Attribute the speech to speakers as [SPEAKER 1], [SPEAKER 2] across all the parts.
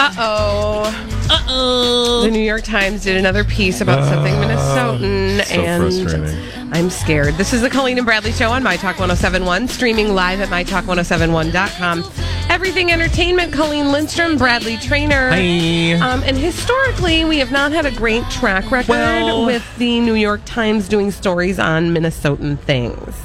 [SPEAKER 1] Uh oh. Uh oh. The New York Times did another piece about something Minnesotan,
[SPEAKER 2] Ah, so frustrating.
[SPEAKER 1] and I'm scared. This is the Colleen and Bradley Show on My Talk 1071, streaming live at MyTalk1071.com. Everything Entertainment, Colleen Lindstrom, Bradley Trainer.
[SPEAKER 2] Hi.
[SPEAKER 1] Um, and historically, we have not had a great track record
[SPEAKER 2] Well-
[SPEAKER 1] with the New York Times doing stories on Minnesotan things.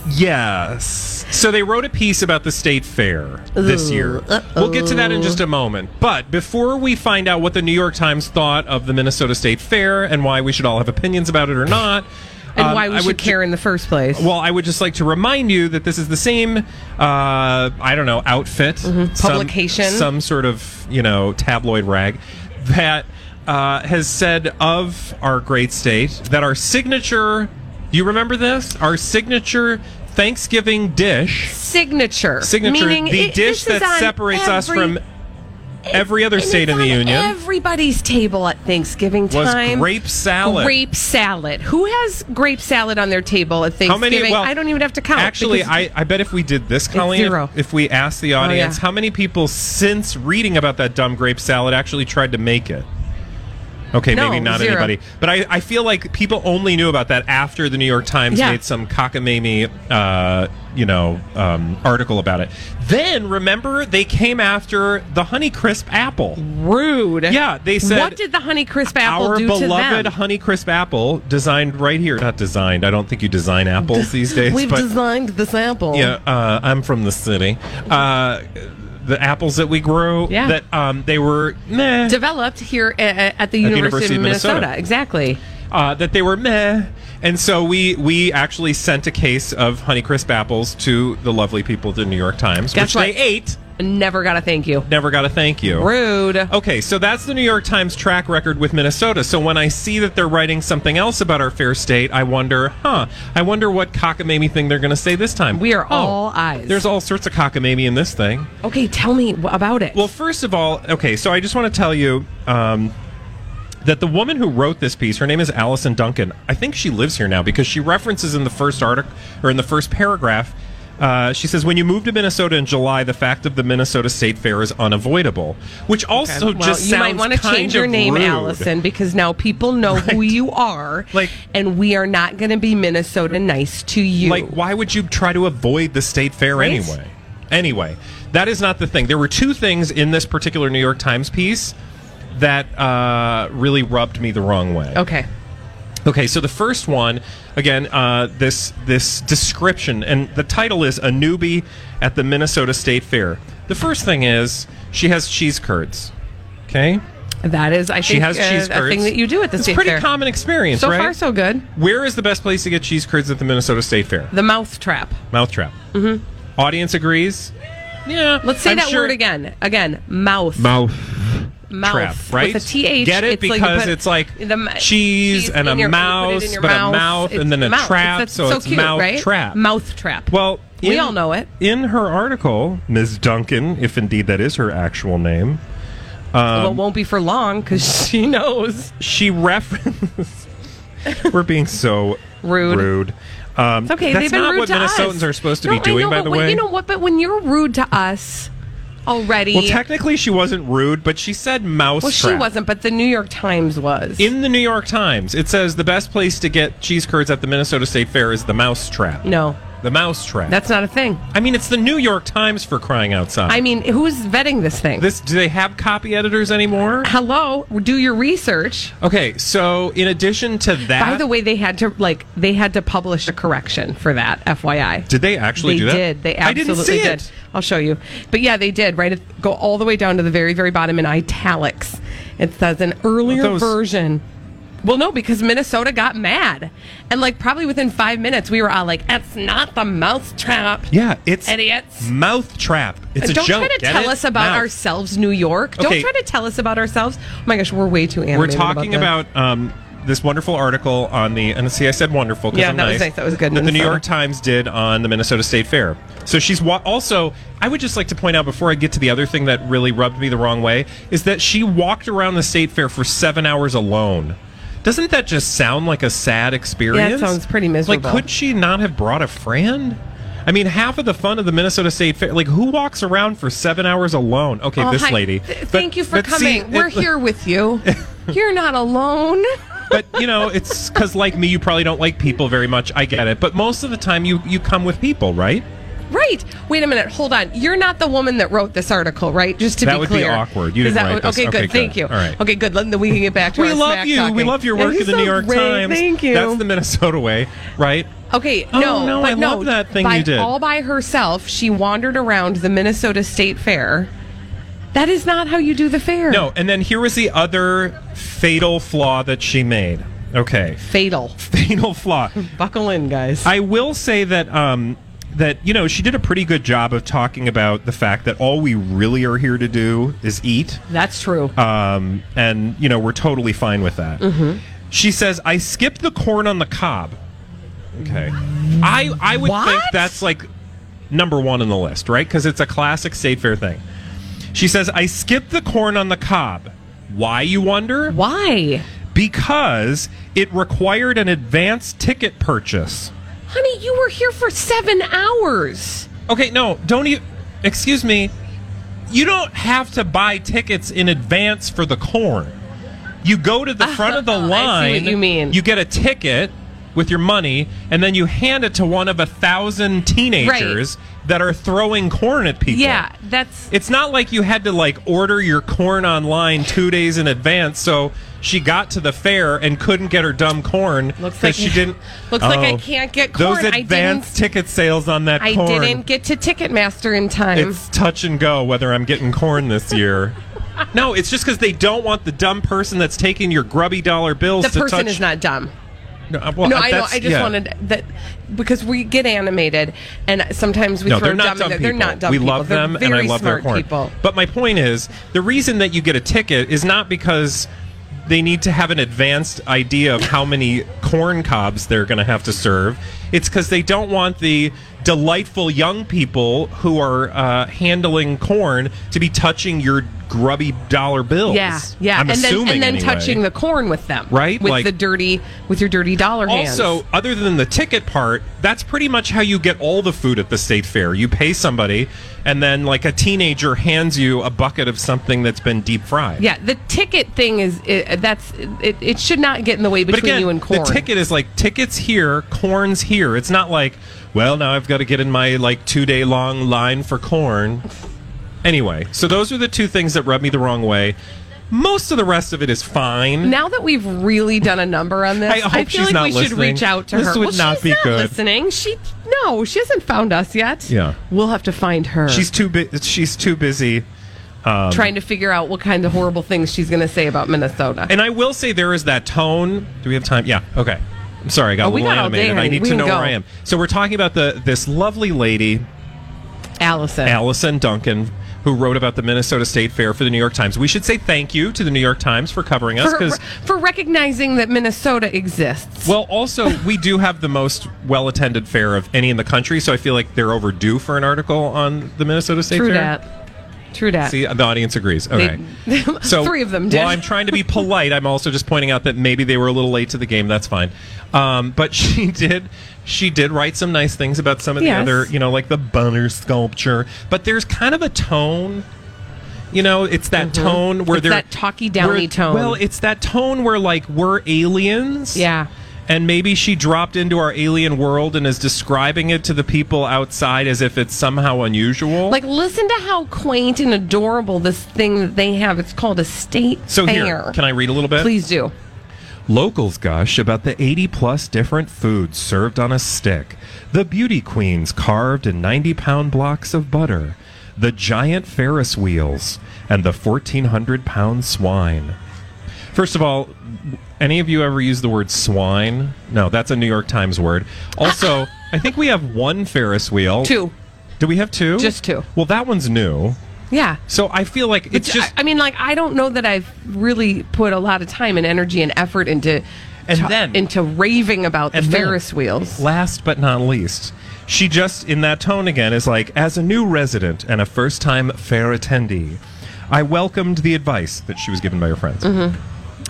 [SPEAKER 2] Yes. So they wrote a piece about the state fair this year. We'll get to that in just a moment. But before we find out what the New York Times thought of the Minnesota State Fair and why we should all have opinions about it or not,
[SPEAKER 1] And
[SPEAKER 2] um,
[SPEAKER 1] why we
[SPEAKER 2] I
[SPEAKER 1] should
[SPEAKER 2] would ju-
[SPEAKER 1] care in the first place.
[SPEAKER 2] Well, I would just like to remind you that this is the same, uh, I don't know, outfit, some-
[SPEAKER 1] Mm-hmm. Publication.
[SPEAKER 2] some sort of, you know, tabloid rag that uh, has said of our great state that our signature, do you remember this? Our signature Thanksgiving dish,
[SPEAKER 1] signature.
[SPEAKER 2] signature,
[SPEAKER 1] Meaning
[SPEAKER 2] the
[SPEAKER 1] it-
[SPEAKER 2] dish
[SPEAKER 1] this is
[SPEAKER 2] that
[SPEAKER 1] on
[SPEAKER 2] separates us
[SPEAKER 1] every
[SPEAKER 2] from every other
[SPEAKER 1] And
[SPEAKER 2] state
[SPEAKER 1] it's
[SPEAKER 2] in the
[SPEAKER 1] on
[SPEAKER 2] union.
[SPEAKER 1] Everybody's table at Thanksgiving
[SPEAKER 2] Was
[SPEAKER 1] time
[SPEAKER 2] grape salad.
[SPEAKER 1] Grape salad. Who has grape salad on their table at
[SPEAKER 2] How
[SPEAKER 1] Thanksgiving?
[SPEAKER 2] many? Well,
[SPEAKER 1] I don't even have to count.
[SPEAKER 2] Actually,
[SPEAKER 1] because
[SPEAKER 2] I, I bet if we did this, Colleen,
[SPEAKER 1] zero. Oh,
[SPEAKER 2] If, if we asked the audience
[SPEAKER 1] yeah.
[SPEAKER 2] how many people since reading about that dumb grape salad actually tried to make it. Okay,
[SPEAKER 1] No,
[SPEAKER 2] maybe not
[SPEAKER 1] zero.
[SPEAKER 2] anybody. But I, I feel like people only knew about that after the New York Times
[SPEAKER 1] Yeah.
[SPEAKER 2] made some cockamamie, uh, you know, um, article about it. Then remember, they came after the Honeycrisp apple.
[SPEAKER 1] rude.
[SPEAKER 2] Yeah, they said
[SPEAKER 1] What did the Honeycrisp apple
[SPEAKER 2] our
[SPEAKER 1] do to
[SPEAKER 2] beloved
[SPEAKER 1] them?
[SPEAKER 2] Honeycrisp apple, designed right here. Not designed. I don't think you design apples these days.
[SPEAKER 1] We've
[SPEAKER 2] but
[SPEAKER 1] designed this apple.
[SPEAKER 2] yeah, uh, I'm from the city. Uh, the apples that we grew,
[SPEAKER 1] Yeah.
[SPEAKER 2] that um, they were meh,
[SPEAKER 1] Developed here a- a- at the
[SPEAKER 2] the
[SPEAKER 1] University,
[SPEAKER 2] University
[SPEAKER 1] of
[SPEAKER 2] of
[SPEAKER 1] Minnesota.
[SPEAKER 2] Minnesota.
[SPEAKER 1] Exactly.
[SPEAKER 2] uh, that they were meh, and so we we actually sent a case of Honeycrisp apples to the lovely people at the New York Times,
[SPEAKER 1] Guess
[SPEAKER 2] which
[SPEAKER 1] what?
[SPEAKER 2] they ate.
[SPEAKER 1] Never got a thank you.
[SPEAKER 2] Never got a thank you.
[SPEAKER 1] Rude.
[SPEAKER 2] Okay, so that's the New York Times track record with Minnesota. So when I see that they're writing something else about our fair state, I wonder, huh? I wonder what cockamamie thing they're going to say this time. Oh,
[SPEAKER 1] We are all eyes.
[SPEAKER 2] There's all sorts of cockamamie in this thing.
[SPEAKER 1] Okay, tell me wh- about it.
[SPEAKER 2] Well, first of all, okay, so I just want to tell you um, that the woman who wrote this piece, her name is Allison Duncan. I think she lives here now because she references in the first article or in the first paragraph. Uh, she says, when you move to Minnesota in July, the fact of the Minnesota State Fair is unavoidable, which
[SPEAKER 1] well,
[SPEAKER 2] also just
[SPEAKER 1] you
[SPEAKER 2] sounds
[SPEAKER 1] might want to
[SPEAKER 2] kind
[SPEAKER 1] change your
[SPEAKER 2] of
[SPEAKER 1] name,
[SPEAKER 2] rude.
[SPEAKER 1] Allison, because now people know who you are.
[SPEAKER 2] Like-
[SPEAKER 1] and we are not going to be Minnesota nice to you.
[SPEAKER 2] Like, why would you try to avoid the state fair
[SPEAKER 1] Right?
[SPEAKER 2] anyway? Anyway, that is not the thing. There were two things in this particular New York Times piece that uh, really rubbed me the wrong way.
[SPEAKER 1] okay,
[SPEAKER 2] Okay, so the first one, again, uh, this this description, and the title is "A Newbie at the Minnesota State Fair." The first thing is she has cheese curds. Okay,
[SPEAKER 1] that is I
[SPEAKER 2] she
[SPEAKER 1] think
[SPEAKER 2] has
[SPEAKER 1] uh,
[SPEAKER 2] cheese curds.
[SPEAKER 1] a thing that you do at the
[SPEAKER 2] it's
[SPEAKER 1] state
[SPEAKER 2] pretty
[SPEAKER 1] fair.
[SPEAKER 2] common experience,
[SPEAKER 1] So
[SPEAKER 2] right?
[SPEAKER 1] far, so good.
[SPEAKER 2] Where is the best place to get cheese curds at the Minnesota State Fair?
[SPEAKER 1] The mouth trap.
[SPEAKER 2] Mouth trap. Mm-hmm. Audience agrees. Yeah.
[SPEAKER 1] Let's say
[SPEAKER 2] I'm
[SPEAKER 1] that
[SPEAKER 2] sure-
[SPEAKER 1] word again. Again, mouth.
[SPEAKER 2] Mouth.
[SPEAKER 1] mouth.
[SPEAKER 2] trap, right?
[SPEAKER 1] With a th.
[SPEAKER 2] Get it
[SPEAKER 1] it's like you
[SPEAKER 2] because
[SPEAKER 1] put
[SPEAKER 2] it's like
[SPEAKER 1] the m-
[SPEAKER 2] cheese and
[SPEAKER 1] in
[SPEAKER 2] a
[SPEAKER 1] your- you put it in
[SPEAKER 2] mouse,
[SPEAKER 1] your
[SPEAKER 2] but a mouth and
[SPEAKER 1] It's
[SPEAKER 2] then a
[SPEAKER 1] mouth.
[SPEAKER 2] trap,
[SPEAKER 1] It's-
[SPEAKER 2] so it's
[SPEAKER 1] cute,
[SPEAKER 2] mouth
[SPEAKER 1] right?
[SPEAKER 2] trap.
[SPEAKER 1] Mouth trap.
[SPEAKER 2] Well,
[SPEAKER 1] we all know it.
[SPEAKER 2] In her article, Ms. Duncan, if indeed that is her actual name,
[SPEAKER 1] well,
[SPEAKER 2] Um,
[SPEAKER 1] it won't be for long because she knows.
[SPEAKER 2] she references. we're being so
[SPEAKER 1] Rude.
[SPEAKER 2] Rude. Um,
[SPEAKER 1] It's okay.
[SPEAKER 2] That's
[SPEAKER 1] they've been
[SPEAKER 2] not
[SPEAKER 1] rude
[SPEAKER 2] what
[SPEAKER 1] to
[SPEAKER 2] Minnesotans
[SPEAKER 1] us.
[SPEAKER 2] are supposed to
[SPEAKER 1] No,
[SPEAKER 2] be
[SPEAKER 1] I
[SPEAKER 2] doing,
[SPEAKER 1] know,
[SPEAKER 2] by
[SPEAKER 1] but
[SPEAKER 2] the
[SPEAKER 1] when-
[SPEAKER 2] way.
[SPEAKER 1] You know what? But when you're rude to us already,
[SPEAKER 2] well, technically, she wasn't rude, but she said mouse.
[SPEAKER 1] well, she
[SPEAKER 2] trap.
[SPEAKER 1] wasn't, but the New York Times was.
[SPEAKER 2] In the New York Times, it says the best place to get cheese curds at the Minnesota State Fair is the mouse trap.
[SPEAKER 1] no,
[SPEAKER 2] The mousetrap.
[SPEAKER 1] That's not a thing.
[SPEAKER 2] I mean, it's the New York Times for crying outside.
[SPEAKER 1] I mean, who's vetting this thing?
[SPEAKER 2] this do they have copy editors anymore?
[SPEAKER 1] Hello, do your research.
[SPEAKER 2] Okay, so in addition to that,
[SPEAKER 1] By the way, they had to like they had to publish a correction for that, FYI.
[SPEAKER 2] did they actually
[SPEAKER 1] they
[SPEAKER 2] do that?
[SPEAKER 1] did. They
[SPEAKER 2] I
[SPEAKER 1] absolutely
[SPEAKER 2] didn't see
[SPEAKER 1] did.
[SPEAKER 2] it.
[SPEAKER 1] I'll show you. But yeah, they did. Right, It- go all the way down to the very, very bottom in italics. It says an earlier
[SPEAKER 2] Those-
[SPEAKER 1] version. Well, no, because Minnesota got mad, and like probably within five minutes, we were all like, "That's not the mousetrap."
[SPEAKER 2] Yeah, it's
[SPEAKER 1] Idiots.
[SPEAKER 2] Mouth trap. It's a
[SPEAKER 1] Don't
[SPEAKER 2] joke.
[SPEAKER 1] try to
[SPEAKER 2] Get
[SPEAKER 1] tell
[SPEAKER 2] it?
[SPEAKER 1] us about
[SPEAKER 2] Mouth.
[SPEAKER 1] ourselves, New York. Don't
[SPEAKER 2] Okay.
[SPEAKER 1] try to tell us about ourselves. Oh my gosh, we're way too animated.
[SPEAKER 2] We're talking
[SPEAKER 1] that.
[SPEAKER 2] about, um, this wonderful article on the and see, I said wonderful because
[SPEAKER 1] Yeah,
[SPEAKER 2] I'm
[SPEAKER 1] that was
[SPEAKER 2] nice.
[SPEAKER 1] nice. That was good,
[SPEAKER 2] That the New
[SPEAKER 1] Minnesota.
[SPEAKER 2] York Times did on the Minnesota State Fair. So she's wa- also. I would just like to point out before I get to the other thing that really rubbed me the wrong way is that she walked around the state fair for seven hours alone. Doesn't that just sound like a sad experience?
[SPEAKER 1] sounds pretty miserable.
[SPEAKER 2] Like, could she not have brought a friend? I mean, half of the fun of the Minnesota State Fair. Like, who walks around for seven hours alone? Okay,
[SPEAKER 1] Oh,
[SPEAKER 2] this
[SPEAKER 1] hi.
[SPEAKER 2] lady.
[SPEAKER 1] Th-
[SPEAKER 2] But-
[SPEAKER 1] thank you for
[SPEAKER 2] but see,
[SPEAKER 1] coming. We're
[SPEAKER 2] it-
[SPEAKER 1] here with you. You're not alone.
[SPEAKER 2] but you know, it's because like me, you probably don't like people very much. I get it, but most of the time, you you come with people, right?
[SPEAKER 1] Right. Wait a minute. Hold on. You're not the woman that wrote this article, right? Just to
[SPEAKER 2] That
[SPEAKER 1] be
[SPEAKER 2] would be
[SPEAKER 1] clear.
[SPEAKER 2] awkward. You
[SPEAKER 1] Is
[SPEAKER 2] didn't write this.
[SPEAKER 1] Okay,
[SPEAKER 2] Okay,
[SPEAKER 1] good.
[SPEAKER 2] good.
[SPEAKER 1] Thank you.
[SPEAKER 2] All right.
[SPEAKER 1] Okay, good. Then we can get back to
[SPEAKER 2] We
[SPEAKER 1] our
[SPEAKER 2] love
[SPEAKER 1] smack
[SPEAKER 2] you. We
[SPEAKER 1] talking.
[SPEAKER 2] love your
[SPEAKER 1] Yeah,
[SPEAKER 2] work
[SPEAKER 1] he's
[SPEAKER 2] in the
[SPEAKER 1] so
[SPEAKER 2] New York
[SPEAKER 1] great.
[SPEAKER 2] Times.
[SPEAKER 1] Thank you.
[SPEAKER 2] That's the Minnesota way, right?
[SPEAKER 1] Okay,
[SPEAKER 2] Oh,
[SPEAKER 1] no,
[SPEAKER 2] no,
[SPEAKER 1] but
[SPEAKER 2] I
[SPEAKER 1] no,
[SPEAKER 2] love that thing
[SPEAKER 1] by,
[SPEAKER 2] you did.
[SPEAKER 1] All by herself, she wandered around the Minnesota State Fair. That is not how you do the fair.
[SPEAKER 2] No, and then here was the other fatal flaw that she made. Okay,
[SPEAKER 1] fatal.
[SPEAKER 2] fatal flaw.
[SPEAKER 1] Buckle in, guys.
[SPEAKER 2] I will say that um, that you know she did a pretty good job of talking about the fact that all we really are here to do is eat.
[SPEAKER 1] That's true.
[SPEAKER 2] um, and you know we're totally fine with that. She says, "I skipped the corn on the cob." Okay, I I would think
[SPEAKER 1] What?
[SPEAKER 2] that's like number one on the list, right? Because it's a classic state fair thing. She says, "I skipped the corn on the cob." Why you wonder?
[SPEAKER 1] Why?
[SPEAKER 2] Because it required an advance ticket purchase.
[SPEAKER 1] Honey, you were here for seven hours.
[SPEAKER 2] Okay, no, don't you? Excuse me. You don't have to buy tickets in advance for the corn. You go to the front of the
[SPEAKER 1] Ah, I see what
[SPEAKER 2] line.
[SPEAKER 1] you mean.
[SPEAKER 2] You get a ticket with your money, and then you hand it to one of a thousand teenagers that are throwing corn at people.
[SPEAKER 1] Yeah, that's
[SPEAKER 2] It's not like you had to like order your corn online two days in advance, so she got to the fair and couldn't get her dumb corn
[SPEAKER 1] Looks
[SPEAKER 2] because
[SPEAKER 1] like-
[SPEAKER 2] she didn't. Oh.
[SPEAKER 1] looks like I can't get corn.
[SPEAKER 2] Those
[SPEAKER 1] I
[SPEAKER 2] advance
[SPEAKER 1] didn't-
[SPEAKER 2] ticket sales on that
[SPEAKER 1] I
[SPEAKER 2] corn.
[SPEAKER 1] didn't get to Ticketmaster in time.
[SPEAKER 2] It's touch and go whether I'm getting corn this year. no, it's just because they don't want the dumb person that's taking your grubby dollar bills
[SPEAKER 1] the
[SPEAKER 2] to
[SPEAKER 1] person
[SPEAKER 2] touch.
[SPEAKER 1] is not dumb.
[SPEAKER 2] No, uh, well,
[SPEAKER 1] No,
[SPEAKER 2] uh,
[SPEAKER 1] I know.
[SPEAKER 2] that's-
[SPEAKER 1] I just
[SPEAKER 2] yeah.
[SPEAKER 1] wanted that because we get animated, and sometimes we
[SPEAKER 2] No,
[SPEAKER 1] throw
[SPEAKER 2] they're
[SPEAKER 1] dumb.
[SPEAKER 2] not dumb
[SPEAKER 1] in
[SPEAKER 2] people.
[SPEAKER 1] there. They're not dumb.
[SPEAKER 2] we
[SPEAKER 1] people.
[SPEAKER 2] love
[SPEAKER 1] They're
[SPEAKER 2] them, and
[SPEAKER 1] very
[SPEAKER 2] I love their
[SPEAKER 1] smart
[SPEAKER 2] corn.
[SPEAKER 1] people.
[SPEAKER 2] But my point is, the reason that you get a ticket is not because they need to have an advanced idea of how many corn cobs they're going to have to serve. It's because they don't want the delightful young people who are uh, handling corn to be touching your grubby dollar bills.
[SPEAKER 1] Yeah, yeah,
[SPEAKER 2] I'm
[SPEAKER 1] and then
[SPEAKER 2] assuming
[SPEAKER 1] and then
[SPEAKER 2] anyway.
[SPEAKER 1] touching the corn with them,
[SPEAKER 2] Right?
[SPEAKER 1] With
[SPEAKER 2] Like-
[SPEAKER 1] the dirty, with your dirty dollar hands.
[SPEAKER 2] Also, other than the ticket part, that's pretty much how you get all the food at the state fair. You pay somebody, and then like a teenager hands you a bucket of something that's been deep fried.
[SPEAKER 1] yeah, the ticket thing is it, that's it, it. should not get in the way
[SPEAKER 2] But
[SPEAKER 1] between
[SPEAKER 2] again,
[SPEAKER 1] you and corn.
[SPEAKER 2] the ticket is like tickets here, corn's here. It's not like, well, now I've got to get in my like two day long line for corn. Anyway, so those are the two things that rubbed me the wrong way. Most of the rest of it is fine.
[SPEAKER 1] Now that we've really done a number on this,
[SPEAKER 2] I hope
[SPEAKER 1] feel
[SPEAKER 2] she's
[SPEAKER 1] like
[SPEAKER 2] not
[SPEAKER 1] we should
[SPEAKER 2] listening.
[SPEAKER 1] reach out to
[SPEAKER 2] This
[SPEAKER 1] her.
[SPEAKER 2] would
[SPEAKER 1] well,
[SPEAKER 2] not
[SPEAKER 1] she's
[SPEAKER 2] be
[SPEAKER 1] not
[SPEAKER 2] good.
[SPEAKER 1] listening. She no, she hasn't found us yet.
[SPEAKER 2] Yeah.
[SPEAKER 1] we'll have to find her.
[SPEAKER 2] She's too bu- she's too busy
[SPEAKER 1] trying to figure out what kind of horrible things she's going to say about Minnesota.
[SPEAKER 2] And I will say there is that tone. Do we have time? Yeah. Okay. I'm sorry. I got
[SPEAKER 1] Oh,
[SPEAKER 2] a
[SPEAKER 1] we
[SPEAKER 2] little
[SPEAKER 1] got all day,
[SPEAKER 2] animated. I
[SPEAKER 1] honey.
[SPEAKER 2] need
[SPEAKER 1] We
[SPEAKER 2] to
[SPEAKER 1] can
[SPEAKER 2] know
[SPEAKER 1] go.
[SPEAKER 2] where I am. So we're talking about the this lovely lady,
[SPEAKER 1] Allison,
[SPEAKER 2] Allison Duncan, who wrote about the Minnesota State Fair for the New York Times. We should say thank you to the New York Times for covering us
[SPEAKER 1] for,
[SPEAKER 2] because.
[SPEAKER 1] for recognizing that Minnesota exists.
[SPEAKER 2] Well, also, we do have the most well attended fair of any in the country, so I feel like they're overdue for an article on the Minnesota State
[SPEAKER 1] True
[SPEAKER 2] Fair.
[SPEAKER 1] that. True that.
[SPEAKER 2] See, the audience agrees. Okay. so
[SPEAKER 1] Three of them did.
[SPEAKER 2] While I'm trying to be polite, I'm also just pointing out that maybe they were a little late to the game. That's fine. Um, but she did, she did write some nice things about some of
[SPEAKER 1] Yes.
[SPEAKER 2] the other, you know, like the Bunner sculpture. But there's kind of a tone. You know, it's that tone where
[SPEAKER 1] Mm-hmm. It's
[SPEAKER 2] they're
[SPEAKER 1] that talky-downy
[SPEAKER 2] where-
[SPEAKER 1] tone.
[SPEAKER 2] Well, it's that tone where like we're aliens.
[SPEAKER 1] Yeah.
[SPEAKER 2] and maybe she dropped into our alien world and is describing it to the people outside as if it's somehow unusual.
[SPEAKER 1] Like, listen to how quaint and adorable this thing that they have. It's called a state
[SPEAKER 2] so
[SPEAKER 1] fair.
[SPEAKER 2] here, can I read a little bit?
[SPEAKER 1] Please do.
[SPEAKER 2] Locals gush about the 80 plus different foods served on a stick, the beauty queens carved in 90 pound blocks of butter, the giant Ferris wheels, and the 1,400 pound swine. First of all, any of you ever use the word swine? No, that's a New York Times word. Also, I think we have one Ferris wheel.
[SPEAKER 1] Two.
[SPEAKER 2] Do we have two?
[SPEAKER 1] Just two.
[SPEAKER 2] Well, that one's new.
[SPEAKER 1] Yeah.
[SPEAKER 2] So I feel like it's
[SPEAKER 1] I-
[SPEAKER 2] just.
[SPEAKER 1] I mean, like, I don't know that I've really put a lot of time and energy and effort into
[SPEAKER 2] And then-
[SPEAKER 1] into raving about the
[SPEAKER 2] And then,
[SPEAKER 1] Ferris wheels.
[SPEAKER 2] Last but not least, she just in that tone again is like, as a new resident and a first time fair attendee, I welcomed the advice that she was given by her friends,
[SPEAKER 1] Mm-hmm.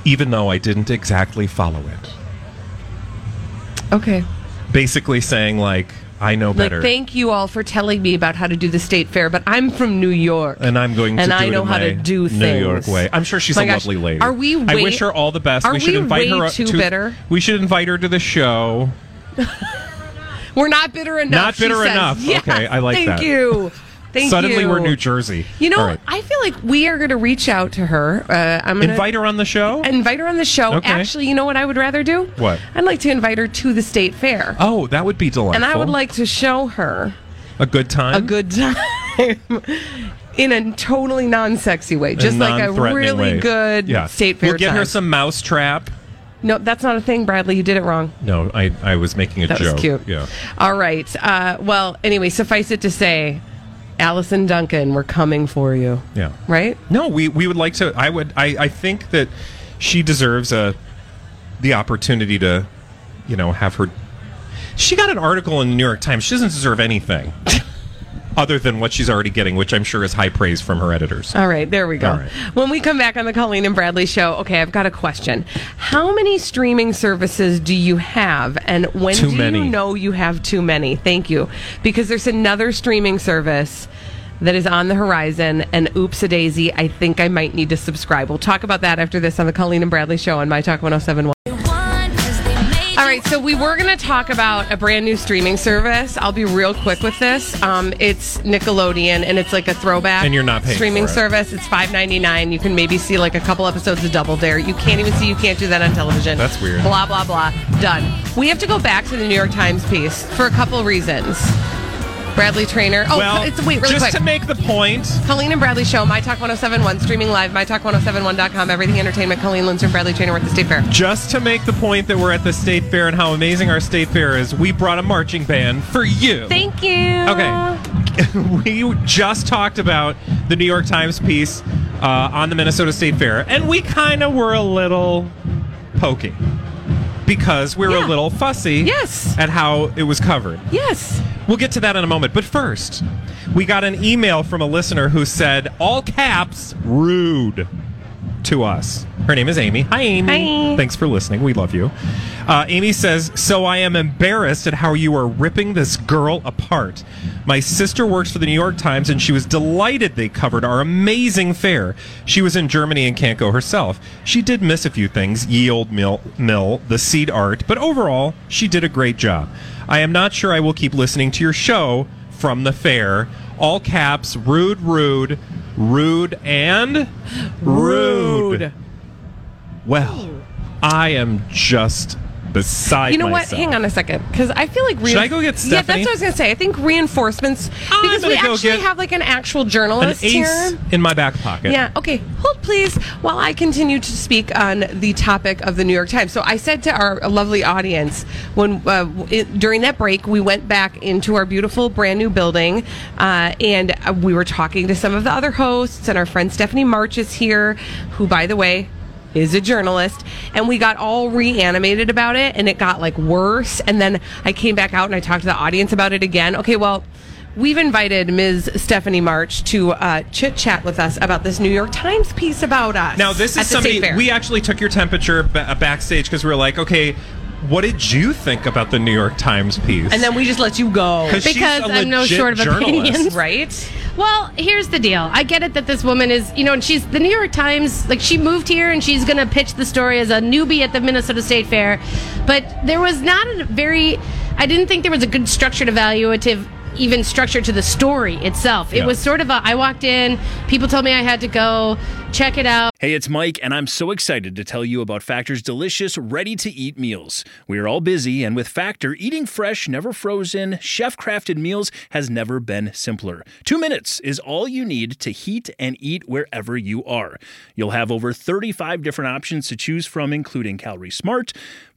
[SPEAKER 2] even though I didn't exactly follow it.
[SPEAKER 1] Okay.
[SPEAKER 2] Basically saying like, I know
[SPEAKER 1] Like,
[SPEAKER 2] better.
[SPEAKER 1] thank you all for telling me about how to do the state fair, but I'm from New York,
[SPEAKER 2] and I'm going to
[SPEAKER 1] and
[SPEAKER 2] do
[SPEAKER 1] I
[SPEAKER 2] it
[SPEAKER 1] know
[SPEAKER 2] in
[SPEAKER 1] how to
[SPEAKER 2] my
[SPEAKER 1] do things
[SPEAKER 2] New York way. I'm sure she's
[SPEAKER 1] My
[SPEAKER 2] a
[SPEAKER 1] gosh,
[SPEAKER 2] lovely lady.
[SPEAKER 1] Are we? Way,
[SPEAKER 2] I wish her all the best.
[SPEAKER 1] Are
[SPEAKER 2] we should invite
[SPEAKER 1] way
[SPEAKER 2] her
[SPEAKER 1] too
[SPEAKER 2] to,
[SPEAKER 1] bitter?
[SPEAKER 2] We should invite her to the show.
[SPEAKER 1] We're not bitter enough.
[SPEAKER 2] Not
[SPEAKER 1] she
[SPEAKER 2] bitter
[SPEAKER 1] says.
[SPEAKER 2] enough.
[SPEAKER 1] Yes,
[SPEAKER 2] Okay, I like
[SPEAKER 1] thank
[SPEAKER 2] that.
[SPEAKER 1] you. Thank
[SPEAKER 2] Suddenly
[SPEAKER 1] you.
[SPEAKER 2] we're New Jersey.
[SPEAKER 1] You know,
[SPEAKER 2] All right.
[SPEAKER 1] I feel like we are going to reach out to her. Uh, I'm going
[SPEAKER 2] invite her on the show.
[SPEAKER 1] invite her on the show.
[SPEAKER 2] Okay.
[SPEAKER 1] Actually, you know what I would rather do?
[SPEAKER 2] What?
[SPEAKER 1] I'd like to invite her to the state fair.
[SPEAKER 2] oh, that would be delightful.
[SPEAKER 1] and I would like to show her
[SPEAKER 2] a good time.
[SPEAKER 1] a good time in a totally non-sexy way, just
[SPEAKER 2] a
[SPEAKER 1] like a
[SPEAKER 2] non-threatening
[SPEAKER 1] really
[SPEAKER 2] way.
[SPEAKER 1] good state fair
[SPEAKER 2] We'll get her
[SPEAKER 1] time.
[SPEAKER 2] some mouse trap.
[SPEAKER 1] No, that's not a thing, Bradley. You did it wrong.
[SPEAKER 2] No, I I was making a
[SPEAKER 1] That
[SPEAKER 2] joke.
[SPEAKER 1] was cute.
[SPEAKER 2] Yeah.
[SPEAKER 1] All right. Uh, well, anyway, suffice it to say, Allison Duncan, we're coming for you.
[SPEAKER 2] Yeah.
[SPEAKER 1] Right?
[SPEAKER 2] No, we we would like to I would I I think that she deserves a the opportunity to you know have her She got an article in the New York Times. She doesn't deserve anything other than what she's already getting, which I'm sure is high praise from her editors.
[SPEAKER 1] All right, there we go.
[SPEAKER 2] All right.
[SPEAKER 1] When we come back on the Colleen and Bradley show, okay, I've got a question. How many streaming services do you have, and when
[SPEAKER 2] Too
[SPEAKER 1] do you
[SPEAKER 2] many.
[SPEAKER 1] know you have too many? Thank you, because there's another streaming service that is on the horizon, and oops a daisy, I think I might need to subscribe. We'll talk about that after this on the Colleen and Bradley show on My Talk 1071. All right, so we were going to talk about a brand new streaming service. I'll be real quick with this. Um, it's Nickelodeon, and it's like a throwback.
[SPEAKER 2] And you're not paying
[SPEAKER 1] streaming
[SPEAKER 2] for it.
[SPEAKER 1] service. It's five ninety nine. You can maybe see like a couple episodes of Double Dare. You can't even see. You can't do that on television.
[SPEAKER 2] That's weird.
[SPEAKER 1] Blah blah blah. Done. We have to go back to the New York Times piece for a couple reasons. Bradley Trainer. Oh,
[SPEAKER 2] well,
[SPEAKER 1] it's wait, really
[SPEAKER 2] just
[SPEAKER 1] quick.
[SPEAKER 2] to make the point,
[SPEAKER 1] Colleen and Bradley Show, My Talk 1071, streaming live, MyTalk1071.com, everything entertainment. Colleen Lindstrom, Bradley Trainer, with the State Fair.
[SPEAKER 2] Just to make the point that we're at the state fair and how amazing our state fair is, we brought a marching band for you.
[SPEAKER 1] Thank you.
[SPEAKER 2] okay. we just talked about the New York Times piece uh, on the Minnesota State Fair, and we kind of were a little pokey because we were
[SPEAKER 1] Yeah.
[SPEAKER 2] a little fussy
[SPEAKER 1] Yes.
[SPEAKER 2] at how it was covered.
[SPEAKER 1] Yes.
[SPEAKER 2] We'll get to that in a moment. But first, we got an email from a listener who said, all caps, rude to us. Her name is Amy. Hi, Amy.
[SPEAKER 1] Hi.
[SPEAKER 2] Thanks for listening. We love you. Uh, Amy says, So I am embarrassed at how you are ripping this girl apart. My sister works for the New York Times, and she was delighted they covered our amazing fair. She was in Germany and can't go herself. She did miss a few things ye old mill, mill the seed art, but overall, she did a great job. I am not sure I will keep listening to your show from the fair. All caps, rude, rude, rude, and rude. Well, I am just beside
[SPEAKER 1] You know
[SPEAKER 2] myself.
[SPEAKER 1] what? Hang on a second, because I feel like reinf-
[SPEAKER 2] Should I go get
[SPEAKER 1] Yeah, that's
[SPEAKER 2] Stephanie?
[SPEAKER 1] what I was gonna say. I think reinforcements
[SPEAKER 2] I'm
[SPEAKER 1] because we
[SPEAKER 2] gonna go
[SPEAKER 1] actually
[SPEAKER 2] get
[SPEAKER 1] have like an actual
[SPEAKER 2] An
[SPEAKER 1] journalist
[SPEAKER 2] ace
[SPEAKER 1] here.
[SPEAKER 2] in my back pocket.
[SPEAKER 1] Yeah. Okay. Hold, please, while I continue to speak on the topic of the New York Times. So I said to our lovely audience when uh, it, during that break we went back into our beautiful brand new building, uh, and uh, we were talking to some of the other hosts and our friend Stephanie March is here, who, by the way. Is a journalist, and we got all reanimated about it, and it got like worse. And then I came back out and I talked to the audience about it again. Okay, well, We've invited Ms. Stephanie March to uh, chit chat with us about this New York Times piece about us.
[SPEAKER 2] Now this
[SPEAKER 1] at
[SPEAKER 2] is
[SPEAKER 1] the
[SPEAKER 2] somebody
[SPEAKER 1] State Fair.
[SPEAKER 2] uh, we actually took your temperature ba- backstage because we were like, okay, what did you think about the New York Times piece?
[SPEAKER 1] And then we just let you go.
[SPEAKER 2] she's
[SPEAKER 3] Because
[SPEAKER 2] a
[SPEAKER 3] I'm no
[SPEAKER 2] legit
[SPEAKER 3] short of
[SPEAKER 2] journalist.
[SPEAKER 3] opinions.
[SPEAKER 1] Right?
[SPEAKER 3] Well, here's the deal. I get it that this woman is, you know, and she's the New York Times, like she moved here and she's going to pitch the story as a newbie at the Minnesota State Fair. But there was not a very, I didn't think there was a good structured evaluative. Even structure to the story itself.
[SPEAKER 2] Yeah.
[SPEAKER 3] It was sort of a. I walked in, people told me I had to go check it out.
[SPEAKER 4] Hey, it's Mike, and I'm so excited to tell you about Factor's delicious, ready to eat meals. We are all busy, and with Factor, eating fresh, never frozen, chef crafted meals has never been simpler. Two minutes is all you need to heat and eat wherever you are. You'll have over 35 different options to choose from, including Calorie Smart,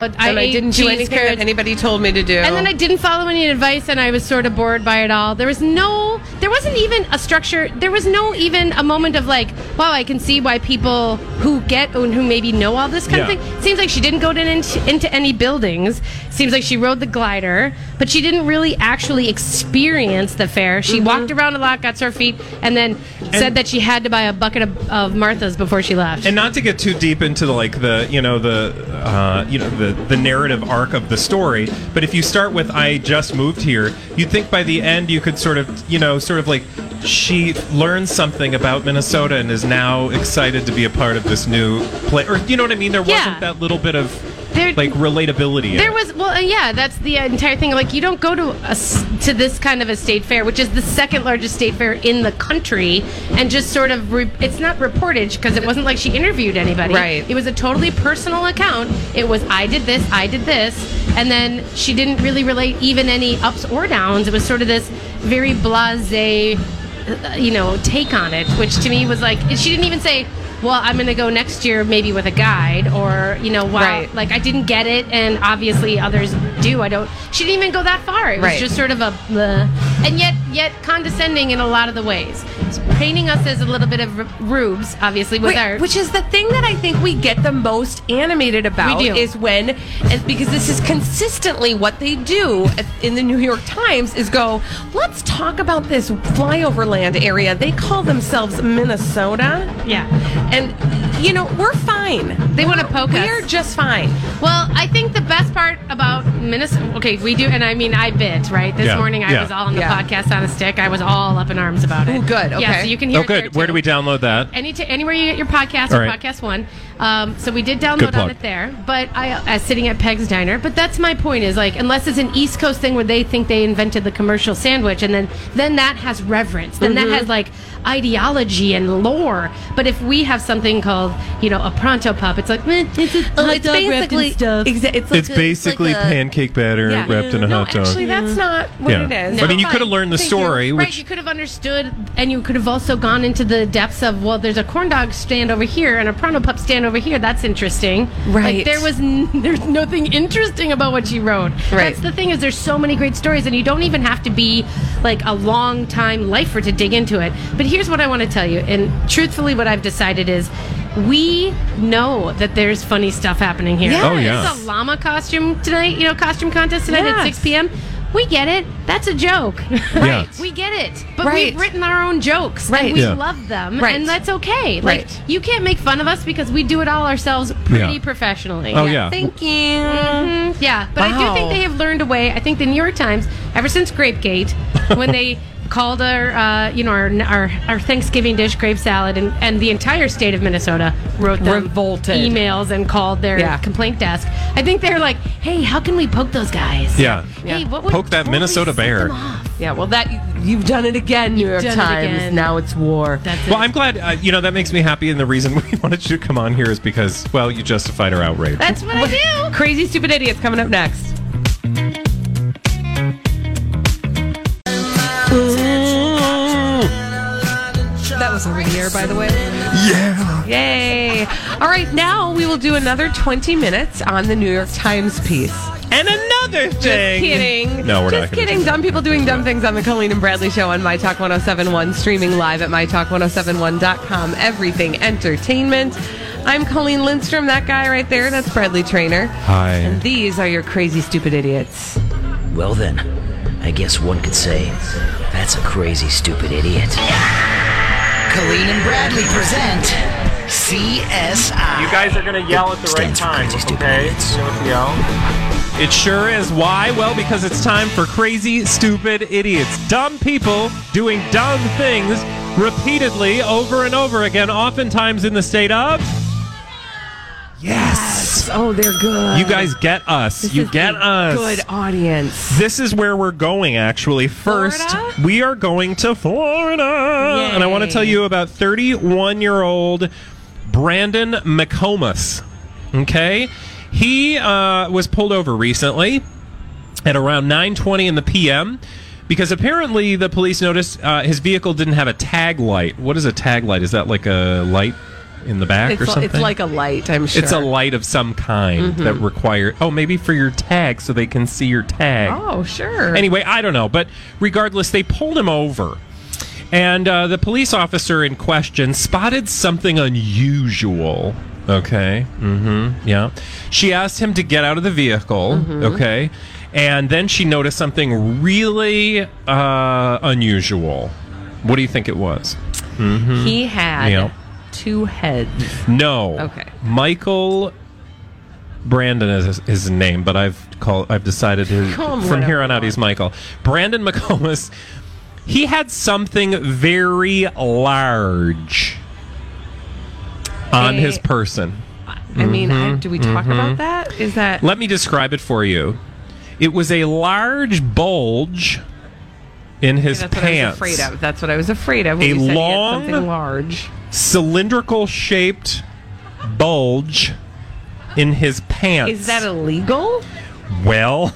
[SPEAKER 3] But
[SPEAKER 1] and I
[SPEAKER 3] ate
[SPEAKER 1] didn't do
[SPEAKER 3] cheese
[SPEAKER 1] anything
[SPEAKER 3] curds.
[SPEAKER 1] that anybody told me to do.
[SPEAKER 3] And then I didn't follow any advice, and I was sort of bored by it all. There was no, there wasn't even a structure. There was no even a moment of like, wow, I can see why people who get and who maybe know all this kind
[SPEAKER 2] Yeah.
[SPEAKER 3] of thing. Seems like she didn't go to, into, into any buildings. Seems like she rode the glider, but she didn't really actually experience the fair. She walked around a lot, got to her feet, and then said that she had to buy a bucket of, of Martha's before she left.
[SPEAKER 2] and not to get too deep into the, like the you know the uh, you know the the narrative arc of the story, but if you start with I just moved here, you'd think by the end you could sort of you know sort of like she learned something about Minnesota and is now excited to be a part of this new play, or you know what I mean? There
[SPEAKER 3] Yeah.
[SPEAKER 2] wasn't that little bit of
[SPEAKER 3] There-
[SPEAKER 2] like relatability. in
[SPEAKER 3] There
[SPEAKER 2] it.
[SPEAKER 3] was well, uh, yeah, that's the entire thing. Like you don't go to a s to this kind of a state fair, which is the second largest state fair in the country, and just sort of re- it's not reportage because it wasn't like she interviewed anybody.
[SPEAKER 1] Right.
[SPEAKER 3] It was a totally personal account. It was I did this, I did this, and then she didn't really relate even any ups or downs. It was sort of this very blasé, uh, you know, take on it, which to me was like she didn't even say. Well, I'm going to go next year, maybe with a guide, or you know, wow,
[SPEAKER 1] Right.
[SPEAKER 3] like like I didn't get it, and obviously others do. I don't. She didn't even go that far. It
[SPEAKER 1] Right.
[SPEAKER 3] was just sort of a, bleh. and yet, yet condescending in a lot of the ways, It's painting us as a little bit of r- rubes, obviously with
[SPEAKER 1] Wait,
[SPEAKER 3] our
[SPEAKER 1] which is the thing that I think we get the most animated about
[SPEAKER 3] We do.
[SPEAKER 1] is when, and because this is consistently what they do at- in the New York Times is go, let's talk about this flyover land area. They call themselves Minnesota.
[SPEAKER 3] Yeah.
[SPEAKER 1] And, you know, we're fine.
[SPEAKER 3] They wanna poke us.
[SPEAKER 1] We're just fine.
[SPEAKER 3] Well, I think the best part about Minnesota. Okay, we do, and I mean, I bit right this
[SPEAKER 2] Yeah,
[SPEAKER 3] morning. I
[SPEAKER 2] yeah.
[SPEAKER 3] was all on the
[SPEAKER 1] Yeah.
[SPEAKER 3] podcast on a stick. I was all up in arms about it.
[SPEAKER 1] Ooh, good,
[SPEAKER 3] Yeah,
[SPEAKER 1] okay.
[SPEAKER 3] so you can hear.
[SPEAKER 2] oh
[SPEAKER 3] it there,
[SPEAKER 2] good. Where
[SPEAKER 3] too.
[SPEAKER 2] do we download that?
[SPEAKER 3] any t- anywhere you get your podcast
[SPEAKER 2] All
[SPEAKER 3] or
[SPEAKER 2] right.
[SPEAKER 3] podcast one. Um, so we did
[SPEAKER 2] Good
[SPEAKER 3] download
[SPEAKER 2] plug.
[SPEAKER 3] on it there, but I uh, as sitting at Peg's Diner. But that's my point is like unless it's an East Coast thing where they think they invented the commercial sandwich, and then then that has reverence, then that has like ideology and lore. But if we have something called you know a pronto pup, it's like meh, it's a hot dog wrapped in stuff.
[SPEAKER 1] exa- it's, like
[SPEAKER 2] it's
[SPEAKER 1] a-
[SPEAKER 2] basically
[SPEAKER 1] like a-
[SPEAKER 2] pancake batter
[SPEAKER 3] Yeah.
[SPEAKER 2] wrapped in a
[SPEAKER 1] no,
[SPEAKER 2] hot dog.
[SPEAKER 1] Actually, that's not what
[SPEAKER 2] Yeah.
[SPEAKER 1] it is.
[SPEAKER 2] I mean, you
[SPEAKER 3] No.
[SPEAKER 2] could have learned the
[SPEAKER 3] Thank you.
[SPEAKER 2] story,
[SPEAKER 3] Right,
[SPEAKER 2] which
[SPEAKER 3] you could have understood, and you could have also gone into the depths of, well, there's a corn dog stand over here and a Pronto Pup stand over here. That's interesting.
[SPEAKER 1] Right.
[SPEAKER 3] Like, there was n- there's nothing interesting about what you wrote.
[SPEAKER 1] Right.
[SPEAKER 3] That's the thing is there's so many great stories, and you don't even have to be like a long time lifer to dig into it. But here's what I want to tell you, and truthfully, what I've decided is. We know that there's funny stuff happening here.
[SPEAKER 2] Oh, yeah.
[SPEAKER 3] This is a llama costume tonight, you know, costume contest tonight
[SPEAKER 1] Yes.
[SPEAKER 3] at 6 p.m. We get it. That's a joke.
[SPEAKER 2] Yeah.
[SPEAKER 3] We get it. But
[SPEAKER 1] Right.
[SPEAKER 3] we've written our own jokes.
[SPEAKER 1] Right.
[SPEAKER 3] And we
[SPEAKER 2] Yeah.
[SPEAKER 3] love them.
[SPEAKER 1] Right.
[SPEAKER 3] And that's okay. Like,
[SPEAKER 1] Right.
[SPEAKER 3] you can't make fun of us because we do it all ourselves pretty
[SPEAKER 2] Yeah.
[SPEAKER 3] professionally.
[SPEAKER 2] Oh, yeah.
[SPEAKER 1] Thank you.
[SPEAKER 3] Mhm. Yeah. But I do
[SPEAKER 1] Wow.
[SPEAKER 3] think they have learned a way. I think the New York Times, ever since Grapegate, when they called our, uh, you know, our, our our Thanksgiving dish grape salad, and, and the entire state of Minnesota wrote them
[SPEAKER 1] Revolted.
[SPEAKER 3] emails and called their
[SPEAKER 1] Yeah.
[SPEAKER 3] complaint desk. I think they're like, hey, how can we poke those guys?
[SPEAKER 2] Yeah.
[SPEAKER 3] Hey, what would
[SPEAKER 2] Poke that
[SPEAKER 3] totally
[SPEAKER 2] Minnesota
[SPEAKER 3] set
[SPEAKER 2] bear.
[SPEAKER 3] them off?
[SPEAKER 1] Yeah, well, that you've done it again, New York
[SPEAKER 3] done it
[SPEAKER 1] Times.
[SPEAKER 3] again.
[SPEAKER 1] Now it's war.
[SPEAKER 3] That's
[SPEAKER 2] Well,
[SPEAKER 3] it.
[SPEAKER 2] I'm glad. Uh, you know, that makes me happy. And the reason we wanted you to come on here is because, well, you justified our outrage.
[SPEAKER 3] That's what I do.
[SPEAKER 1] Crazy stupid idiots coming up next.
[SPEAKER 5] That was over the air, by the way.
[SPEAKER 1] Yay! All right, now we will do another 20 minutes on the New York Times piece.
[SPEAKER 2] And another
[SPEAKER 1] Just kidding.
[SPEAKER 2] No, we're
[SPEAKER 1] Just
[SPEAKER 2] not gonna
[SPEAKER 1] kidding.
[SPEAKER 2] do that.
[SPEAKER 1] Dumb people doing dumb things on the Colleen and Bradley show on My Talk 1071, streaming live at MyTalk1071.com. Everything entertainment. I'm Colleen Lindstrom, that guy right there. That's Bradley Trainer.
[SPEAKER 2] Hi.
[SPEAKER 1] And these are your crazy, stupid idiots.
[SPEAKER 6] Well, then, I guess one could say that's a crazy, stupid idiot. Colleen and Bradley present CSI.
[SPEAKER 7] You guys are gonna yell at the right
[SPEAKER 6] Stands for
[SPEAKER 7] time,
[SPEAKER 6] crazy, stupid
[SPEAKER 7] okay?
[SPEAKER 6] idiots.
[SPEAKER 7] You know what to yell?
[SPEAKER 2] It sure is. Why? Well, because it's time for crazy, stupid idiots. Dumb people doing dumb things repeatedly over and over again, oftentimes in the state of. Yes!
[SPEAKER 1] Oh, they're good.
[SPEAKER 2] You guys get us.
[SPEAKER 1] This
[SPEAKER 2] you
[SPEAKER 1] is
[SPEAKER 2] get
[SPEAKER 1] a
[SPEAKER 2] us.
[SPEAKER 1] Good audience.
[SPEAKER 2] This is where we're going, actually. First,
[SPEAKER 1] Florida?
[SPEAKER 2] we are going to Florida. And I want to
[SPEAKER 1] Yay.
[SPEAKER 2] tell you about 31 year old Brandon McComas. Okay? He uh, was pulled over recently at around 9.20 in the p.m. Because apparently the police noticed uh, his vehicle didn't have a tag light. What is a tag light? Is that like a light in the back
[SPEAKER 1] It's,
[SPEAKER 2] or
[SPEAKER 1] li-
[SPEAKER 2] something?
[SPEAKER 1] it's like a light, I'm sure. Mm-hmm.
[SPEAKER 2] It's a light of some kind that require. Oh, maybe for your tag, so they can see your tag.
[SPEAKER 1] Oh, sure.
[SPEAKER 2] Anyway, I don't know, but regardless, they pulled him over. And uh, the police officer in question spotted something unusual. Okay. Mm-hmm. Yeah. She asked him to get out of the vehicle. Okay. And then she noticed something really uh, unusual. What do you think it was?
[SPEAKER 1] he had
[SPEAKER 2] Yeah.
[SPEAKER 1] two heads.
[SPEAKER 2] No.
[SPEAKER 1] Okay.
[SPEAKER 2] Michael Brandon is his- his name, but I've called. I've decided his,
[SPEAKER 1] Call him
[SPEAKER 2] from here
[SPEAKER 1] whatever
[SPEAKER 2] on out he's Michael. Brandon McComas. He had something very large on
[SPEAKER 1] Hey.
[SPEAKER 2] his person.
[SPEAKER 1] I mean,
[SPEAKER 2] Mm-hmm.
[SPEAKER 1] I, do we talk about that? Is that.
[SPEAKER 2] Let me describe it for you. It was a large bulge in his
[SPEAKER 1] That's what I was
[SPEAKER 2] pants.
[SPEAKER 1] afraid of. That's what I was afraid of. When
[SPEAKER 2] A
[SPEAKER 1] you said he had
[SPEAKER 2] long-
[SPEAKER 1] something large.
[SPEAKER 2] Cylindrical shaped bulge in his pants.
[SPEAKER 1] Is that illegal?
[SPEAKER 2] Well,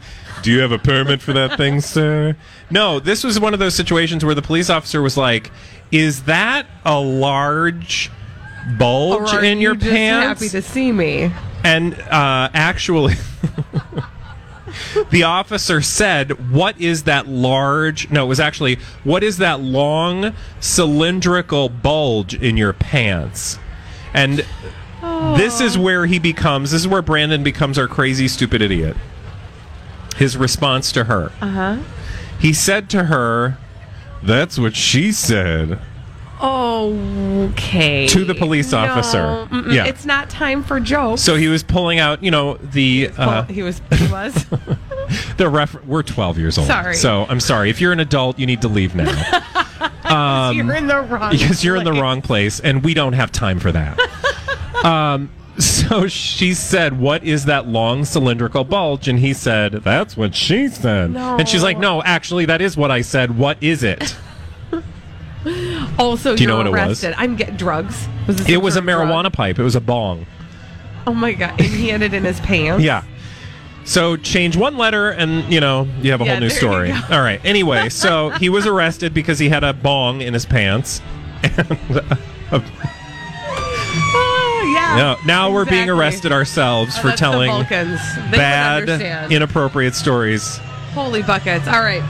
[SPEAKER 2] do you have a permit for that thing, sir? No, this was one of those situations where the police officer was like, "Is that a large bulge
[SPEAKER 1] are
[SPEAKER 2] in
[SPEAKER 1] you
[SPEAKER 2] your
[SPEAKER 1] just
[SPEAKER 2] pants?"
[SPEAKER 1] Happy to see me.
[SPEAKER 2] and uh, actually, the officer said, "What is that large?" No, it was actually, "What is that long cylindrical bulge in your pants?" And this is where he becomes. This is where Brandon becomes our crazy, stupid idiot. His response to her. Uh huh. He said to her, "That's what she said."
[SPEAKER 1] Okay.
[SPEAKER 2] To the police
[SPEAKER 1] No,
[SPEAKER 2] officer.
[SPEAKER 1] mm-mm,
[SPEAKER 2] Yeah.
[SPEAKER 1] It's not time for jokes.
[SPEAKER 2] So he was pulling out, you know, the
[SPEAKER 1] well,
[SPEAKER 2] uh,
[SPEAKER 1] he was. He was.
[SPEAKER 2] The ref- we're 12 years old.
[SPEAKER 1] Sorry.
[SPEAKER 2] So I'm sorry. If you're an adult, you need to leave now
[SPEAKER 1] you're in the wrong.
[SPEAKER 2] because um, you're in the wrong place and we don't have time for that. um, so she said, What is that long cylindrical bulge? And he said, That's what she said. And she's like, No, actually, that is what I said. What is it?
[SPEAKER 1] Also,
[SPEAKER 2] Do you
[SPEAKER 1] are
[SPEAKER 2] know what it was?
[SPEAKER 1] arrested. I'm get drugs. Was this
[SPEAKER 2] it was a
[SPEAKER 1] drug- drug?
[SPEAKER 2] marijuana pipe, it was a bong.
[SPEAKER 1] Oh my god! And he had it in his pants.
[SPEAKER 2] Yeah. So change one letter and you know, you have a
[SPEAKER 1] Yeah,
[SPEAKER 2] whole new
[SPEAKER 1] there you
[SPEAKER 2] story.
[SPEAKER 1] go.
[SPEAKER 2] All right. Anyway, so he was arrested because he had a bong in his pants. And uh,
[SPEAKER 1] Oh, yeah.
[SPEAKER 2] no, now we're being
[SPEAKER 1] exactly.
[SPEAKER 2] arrested ourselves
[SPEAKER 1] Oh,
[SPEAKER 2] for
[SPEAKER 1] that's the
[SPEAKER 2] telling
[SPEAKER 1] Vulcans. They would
[SPEAKER 2] bad,
[SPEAKER 1] understand.
[SPEAKER 2] inappropriate stories.
[SPEAKER 1] Holy buckets. All right.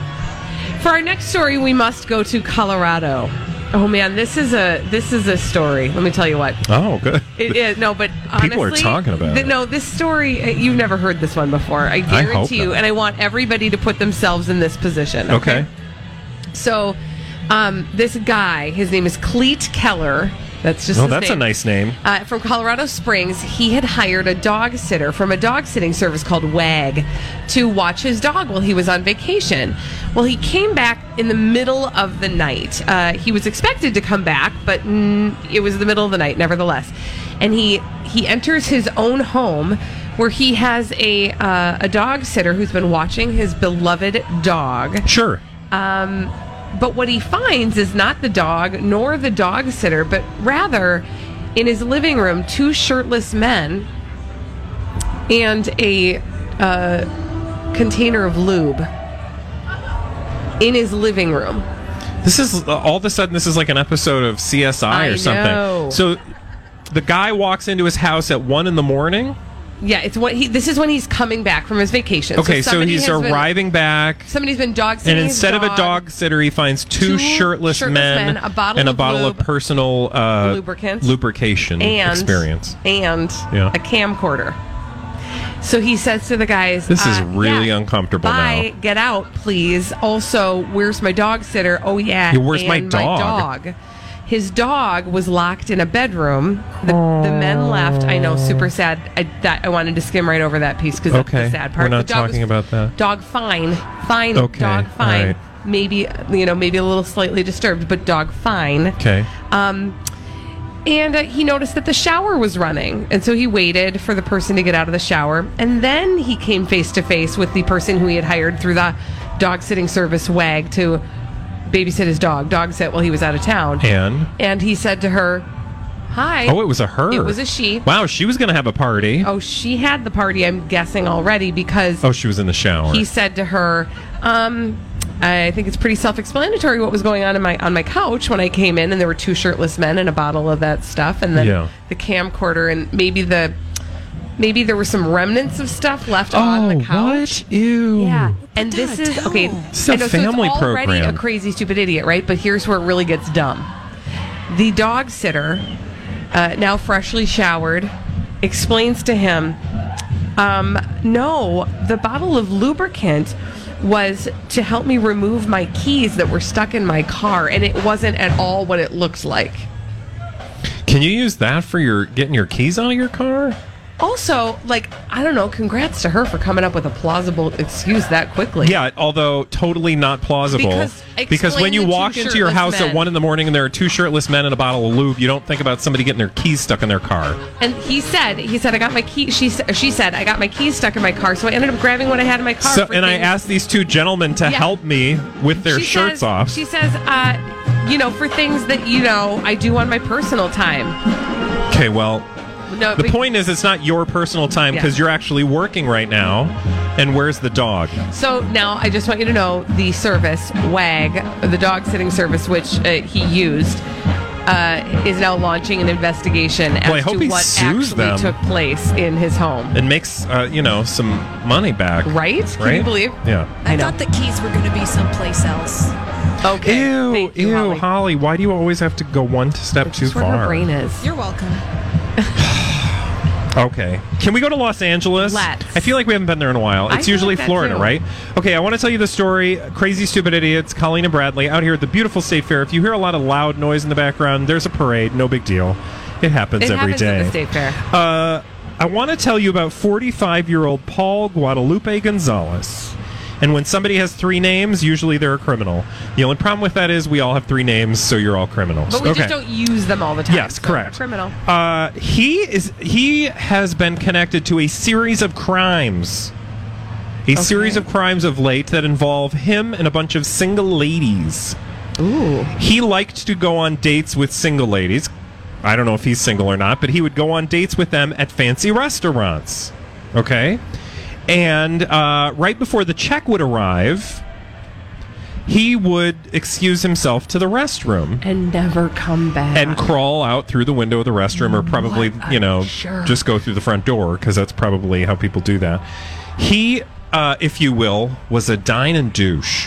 [SPEAKER 1] For our next story, we must go to Colorado. Oh man, this is a this is a story. Let me tell you what.
[SPEAKER 2] Oh, good.
[SPEAKER 1] It is no, but honestly,
[SPEAKER 2] People are talking about
[SPEAKER 1] th-
[SPEAKER 2] it.
[SPEAKER 1] No, this story uh, you've never heard this one before. I
[SPEAKER 2] hope
[SPEAKER 1] guarantee you,
[SPEAKER 2] not.
[SPEAKER 1] and I want everybody to put themselves in this position.
[SPEAKER 2] Okay.
[SPEAKER 1] So, um, this guy, his name is Cleet Keller. That's just
[SPEAKER 2] Oh,
[SPEAKER 1] his
[SPEAKER 2] that's a nice name.
[SPEAKER 1] Uh, from Colorado Springs, he had hired a dog sitter from a dog sitting service called Wag to watch his dog while he was on vacation. Well, he came back in the middle of the night. Uh, he was expected to come back, but mm, it was the middle of the night, nevertheless. And he he enters his own home where he has a uh, a dog sitter who's been watching his beloved dog.
[SPEAKER 2] Sure.
[SPEAKER 1] Um, but what he finds is not the dog nor the dog sitter, but rather in his living room, two shirtless men and a uh, container of lube in his living room.
[SPEAKER 2] This is uh, all of a sudden. This is like an episode of CSI
[SPEAKER 1] I
[SPEAKER 2] or something.
[SPEAKER 1] know.
[SPEAKER 2] So, the guy walks into his house at one in the morning.
[SPEAKER 1] Yeah, it's what he. This is when he's coming back from his vacation.
[SPEAKER 2] Okay, so,
[SPEAKER 1] somebody
[SPEAKER 2] he's
[SPEAKER 1] has been-
[SPEAKER 2] arriving back,
[SPEAKER 1] Somebody's been dog sitting.
[SPEAKER 2] and instead of a dog sitter, he finds two,
[SPEAKER 1] two
[SPEAKER 2] shirtless,
[SPEAKER 1] shirtless
[SPEAKER 2] men,
[SPEAKER 1] men, a bottle
[SPEAKER 2] and a
[SPEAKER 1] of
[SPEAKER 2] bottle
[SPEAKER 1] lube,
[SPEAKER 2] of personal uh,
[SPEAKER 1] lubricant,
[SPEAKER 2] lubrication
[SPEAKER 1] and
[SPEAKER 2] experience.
[SPEAKER 1] and
[SPEAKER 2] Yeah.
[SPEAKER 1] a camcorder. So he says to the guys,
[SPEAKER 2] This is
[SPEAKER 1] uh,
[SPEAKER 2] really
[SPEAKER 1] yeah,
[SPEAKER 2] uncomfortable
[SPEAKER 1] Bye, get out, please. Also, where's my dog sitter? Oh yeah,
[SPEAKER 2] Yeah, where's my
[SPEAKER 1] and
[SPEAKER 2] dog?
[SPEAKER 1] dog? His dog was locked in a bedroom. The, the men left. I know, super sad. I, that, I wanted to skim right over that piece because
[SPEAKER 2] now.
[SPEAKER 1] that's
[SPEAKER 2] Okay,
[SPEAKER 1] the sad part.
[SPEAKER 2] we're not
[SPEAKER 1] The dog was
[SPEAKER 2] talking about that.
[SPEAKER 1] dog fine fine
[SPEAKER 2] Okay,
[SPEAKER 1] dog fine
[SPEAKER 2] all right.
[SPEAKER 1] maybe you know maybe a little slightly disturbed but dog fine
[SPEAKER 2] Okay.
[SPEAKER 1] um and uh, he noticed that the shower was running and so he waited for the person to get out of the shower and then he came face to face with the person who he had hired through the dog sitting service wag to babysit his dog dog sit while he was out of town
[SPEAKER 2] And
[SPEAKER 1] and he said to her hi
[SPEAKER 2] oh, it was a her.
[SPEAKER 1] it was a she
[SPEAKER 2] Wow, she was going to have a party.
[SPEAKER 1] oh she had the party i'm guessing already because
[SPEAKER 2] Oh, she was in the shower.
[SPEAKER 1] he said to her, um, I think it's pretty self-explanatory what was going on in my on my couch when I came in, and there were two shirtless men and a bottle of that stuff, and then
[SPEAKER 2] Yeah.
[SPEAKER 1] the camcorder, and maybe the maybe there were some remnants of stuff left on the couch.
[SPEAKER 2] Oh, What? Ew.
[SPEAKER 1] Yeah, and this is okay.
[SPEAKER 2] It's a
[SPEAKER 1] I know, so
[SPEAKER 2] family
[SPEAKER 1] it's already
[SPEAKER 2] program.
[SPEAKER 1] A crazy stupid idiot, right? But here's where it really gets dumb. The dog sitter, uh, now freshly showered, explains to him, um, "No, the bottle of lubricant." Was to help me remove my keys that were stuck in my car, and it wasn't at all what it looked like.
[SPEAKER 2] Can you use that for your getting your keys out of your car?
[SPEAKER 1] Also, like, I don't know, congrats to her for coming up with a plausible excuse that quickly.
[SPEAKER 2] Yeah, although totally not plausible.
[SPEAKER 1] Because-
[SPEAKER 2] Because
[SPEAKER 1] explain
[SPEAKER 2] when you
[SPEAKER 1] the two
[SPEAKER 2] walk into your
[SPEAKER 1] shirtless
[SPEAKER 2] house at
[SPEAKER 1] men.
[SPEAKER 2] one in the morning and there are two shirtless men and a bottle of lube, you don't think about somebody getting their keys stuck in their car.
[SPEAKER 1] And he said, he said, I got my key. She s- she said, I got my keys stuck in my car, so I ended up grabbing what I had in my car.
[SPEAKER 2] So,
[SPEAKER 1] for
[SPEAKER 2] and I
[SPEAKER 1] things-
[SPEAKER 2] asked these two gentlemen to
[SPEAKER 1] Yeah.
[SPEAKER 2] help me with their
[SPEAKER 1] She
[SPEAKER 2] shirts
[SPEAKER 1] says-
[SPEAKER 2] off.
[SPEAKER 1] She says, uh, you know, for things that you know I do on my personal time.
[SPEAKER 2] Okay, well,
[SPEAKER 1] No,
[SPEAKER 2] the
[SPEAKER 1] but-
[SPEAKER 2] point is it's not your personal time
[SPEAKER 1] Yeah.
[SPEAKER 2] because you're actually working right now. And where's the dog?
[SPEAKER 1] So now I just want you to know the service WAG, the dog sitting service, which uh, he used, uh, is now launching an investigation as
[SPEAKER 2] I hope
[SPEAKER 1] to
[SPEAKER 2] he
[SPEAKER 1] what
[SPEAKER 2] sues
[SPEAKER 1] actually
[SPEAKER 2] them.
[SPEAKER 1] took place in his home.
[SPEAKER 2] And makes, uh, you know, some money back.
[SPEAKER 1] Right? Can you
[SPEAKER 2] Right?
[SPEAKER 1] believe?
[SPEAKER 2] Yeah.
[SPEAKER 5] I, thought the keys were going to be someplace else.
[SPEAKER 1] Okay.
[SPEAKER 2] Ew, ew, Holly. Why do you always have to go one step too
[SPEAKER 1] That's where her
[SPEAKER 2] far?
[SPEAKER 1] brain is.
[SPEAKER 5] You're welcome.
[SPEAKER 2] Okay. Can we go to Los Angeles?
[SPEAKER 1] Let's.
[SPEAKER 2] I feel like we haven't been there in a while.
[SPEAKER 1] I
[SPEAKER 2] It's
[SPEAKER 1] feel
[SPEAKER 2] usually
[SPEAKER 1] like that
[SPEAKER 2] Florida,
[SPEAKER 1] too.
[SPEAKER 2] right? Okay, I want to tell you the story. Crazy Stupid Idiots, Colleen and Bradley, out here at the beautiful state fair. If you hear a lot of loud noise in the background, there's a parade. No big deal. It happens
[SPEAKER 1] It
[SPEAKER 2] every
[SPEAKER 1] happens
[SPEAKER 2] day.
[SPEAKER 1] at the state fair.
[SPEAKER 2] Uh, I want to tell you about 45 year old Paul Guadalupe Gonzalez. And when somebody has three names, usually they're a criminal. The only problem with that is we all have three names, so you're all criminals.
[SPEAKER 1] But we
[SPEAKER 2] okay.
[SPEAKER 1] just don't use them all the time.
[SPEAKER 2] Yes,
[SPEAKER 1] so
[SPEAKER 2] correct.
[SPEAKER 1] Criminal.
[SPEAKER 2] Uh, he is. He has been connected to a series of crimes, a series of crimes of late that involve him and a bunch of single ladies.
[SPEAKER 1] Ooh.
[SPEAKER 2] He liked to go on dates with single ladies. I don't know if he's single or not, but he would go on dates with them at fancy restaurants. Okay, and uh, right before the check would arrive, he would excuse himself to the restroom
[SPEAKER 1] And never come back.
[SPEAKER 2] and crawl out through the window of the restroom
[SPEAKER 1] Mm,
[SPEAKER 2] or probably you know just go through the front door because that's probably how people do that he uh, if you will was a dine and douche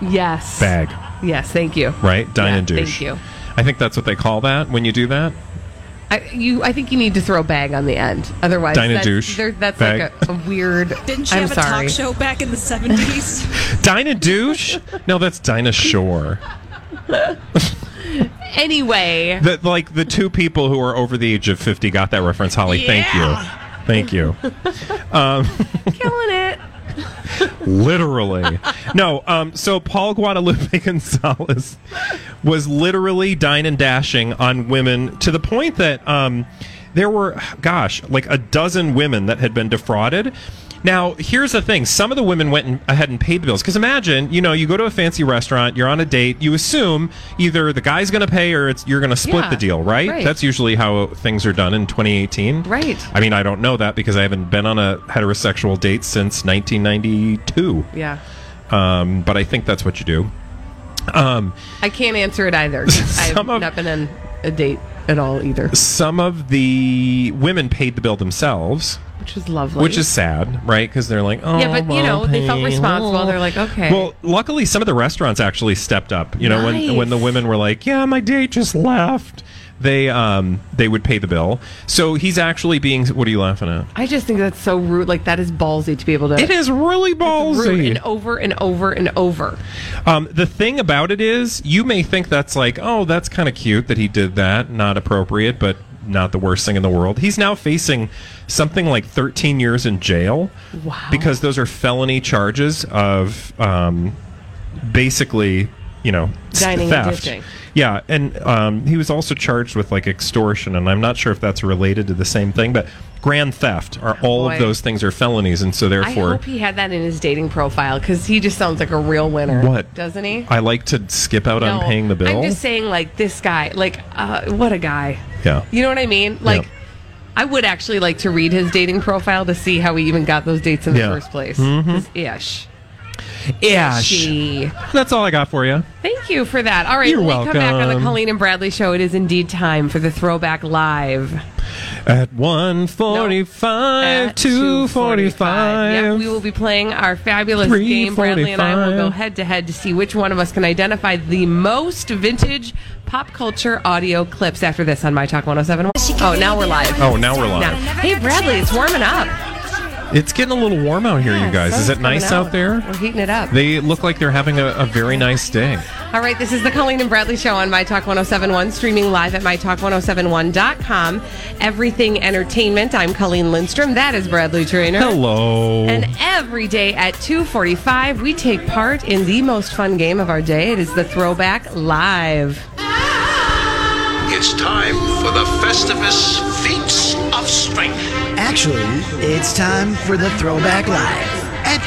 [SPEAKER 1] yes.
[SPEAKER 2] bag
[SPEAKER 1] Yes, thank you.
[SPEAKER 2] right dine
[SPEAKER 1] Yeah,
[SPEAKER 2] and douche
[SPEAKER 1] Thank you.
[SPEAKER 2] i think that's what they call that when you do that
[SPEAKER 1] I, you, I think you need to throw bag on the end. Otherwise,
[SPEAKER 2] Dine and
[SPEAKER 1] that's,
[SPEAKER 2] douche.
[SPEAKER 1] there- that's
[SPEAKER 2] Bag.
[SPEAKER 1] like a, a weird.
[SPEAKER 5] Didn't she
[SPEAKER 1] I'm
[SPEAKER 5] have
[SPEAKER 1] sorry.
[SPEAKER 5] a talk show back in the 70s?
[SPEAKER 2] dine and douche no that's dine a shore
[SPEAKER 1] anyway.
[SPEAKER 2] The, like the two people who are over the age of 50 got that reference, Holly. Thank you. Thank you. Um,
[SPEAKER 1] Killing it.
[SPEAKER 2] literally. no, um, so Paul Guadalupe Gonzalez was literally dine and dashing on women to the point that um, there were, gosh, like a dozen women that had been defrauded. Now, here's the thing. Some of the women went and- ahead and paid the bills. Because imagine, you know, you go to a fancy restaurant, you're on a date, you assume either the guy's going to pay or it's, you're going to split
[SPEAKER 1] Yeah,
[SPEAKER 2] the deal, right?
[SPEAKER 1] right.
[SPEAKER 2] That's usually how things are done in 2018.
[SPEAKER 1] Right.
[SPEAKER 2] I mean, I don't know that because I haven't been on a heterosexual date since 1992.
[SPEAKER 1] Yeah.
[SPEAKER 2] Um, but I think that's what you do. Um,
[SPEAKER 1] I can't answer it either. 'cause I've
[SPEAKER 2] Some of-
[SPEAKER 1] not been on a date at all either,
[SPEAKER 2] some of the women paid the bill themselves,
[SPEAKER 1] which is lovely.
[SPEAKER 2] which is sad, right? Because they're like, oh,
[SPEAKER 1] yeah, but you know
[SPEAKER 2] well,
[SPEAKER 1] they felt
[SPEAKER 2] hey,
[SPEAKER 1] responsible.
[SPEAKER 2] well."
[SPEAKER 1] They're like, okay,
[SPEAKER 2] Well, luckily, some of the restaurants actually stepped up. You know, when
[SPEAKER 1] Nice.
[SPEAKER 2] when the women were like, "Yeah, my date just left," they um they would pay the bill. So he's actually being. What are you laughing at?
[SPEAKER 1] I just think that's so rude. Like that is ballsy to be able to.
[SPEAKER 2] It is really ballsy.
[SPEAKER 1] rude and over and over and over.
[SPEAKER 2] Um, the thing about it is, you may think that's like, oh, that's kind of cute that he did that, not appropriate, but not the worst thing in the world. He's now facing something like 13 years in jail
[SPEAKER 1] Wow.
[SPEAKER 2] because those are felony charges of um, basically, you know, s-
[SPEAKER 1] Dining and
[SPEAKER 2] theft.
[SPEAKER 1] dishing.
[SPEAKER 2] yeah, and um, he was also charged with like extortion, and I'm not sure if that's related to the same thing, but grand theft are all
[SPEAKER 1] boy.
[SPEAKER 2] of those things are felonies, and so
[SPEAKER 1] I
[SPEAKER 2] therefore.
[SPEAKER 1] hope he had that in his dating profile because he just sounds like a real winner.
[SPEAKER 2] What
[SPEAKER 1] doesn't he?
[SPEAKER 2] I like to skip out on
[SPEAKER 1] No,
[SPEAKER 2] paying the bill.
[SPEAKER 1] I'm just saying, like this guy, like uh, what a guy.
[SPEAKER 2] Yeah.
[SPEAKER 1] You know what I mean? Like, I would actually like to read his dating profile to see how he even got those dates in the
[SPEAKER 2] Yeah.
[SPEAKER 1] first place.
[SPEAKER 2] Mhm.
[SPEAKER 1] Ish.
[SPEAKER 2] Yeah,
[SPEAKER 1] She.
[SPEAKER 2] That's all I got for you.
[SPEAKER 1] Thank you for that. All right,
[SPEAKER 2] You're
[SPEAKER 1] when we come back on the
[SPEAKER 2] welcome.
[SPEAKER 1] Colleen and Bradley show, it is indeed time for the throwback live.
[SPEAKER 2] At 145,
[SPEAKER 1] At
[SPEAKER 2] 245.
[SPEAKER 1] Yeah, we will be playing our fabulous game. Bradley and I will go
[SPEAKER 2] 345.
[SPEAKER 1] head to head to see which one of us can identify the most vintage pop culture audio clips after this on My Talk 107. Oh, now we're live.
[SPEAKER 2] Oh, now we're live.
[SPEAKER 1] Now- Hey, Bradley, it's warming up.
[SPEAKER 2] It's getting a little warm out here, you guys. Is it nice out there?
[SPEAKER 1] We're heating it up.
[SPEAKER 2] They look like they're having a, a very nice day.
[SPEAKER 1] All right, this is the Colleen and Bradley Show on My Talk 1071, streaming live at MyTalk1071.com. Everything Entertainment. I'm Colleen Lindstrom. That is Bradley Trainer.
[SPEAKER 2] Hello.
[SPEAKER 1] And every day at 2:45, we take part in the most fun game of our day. It is the Throwback Live.
[SPEAKER 8] It's time for the Festivus Feats of Strength.
[SPEAKER 6] Actually, it's time for the Throwback Live at 2.45.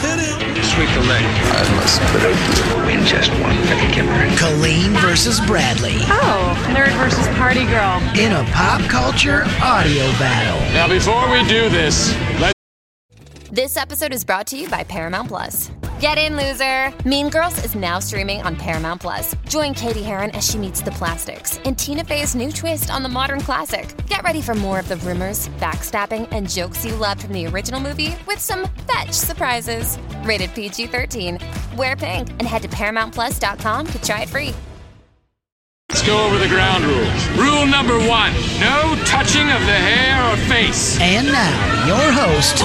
[SPEAKER 8] Sweep the leg. I must put a bow in just one painkiller.
[SPEAKER 6] Colleen versus Bradley. Oh, nerd versus party girl. In a pop culture audio battle.
[SPEAKER 7] Now, before we do this, let's.
[SPEAKER 9] This episode is brought to you by Paramount Plus. Get in, loser! Mean Girls is now streaming on Paramount Plus. Join Katie Heron as she meets the plastics and Tina Fey's new twist on the modern classic. Get ready for more of the rumors, backstabbing, and jokes you loved from the original movie with some fetch surprises. Rated PG 13. Wear pink and head to ParamountPlus.com to try it free.
[SPEAKER 7] Let's go over the ground rules. Rule number one no touching of the hair or face.
[SPEAKER 6] And now, your host,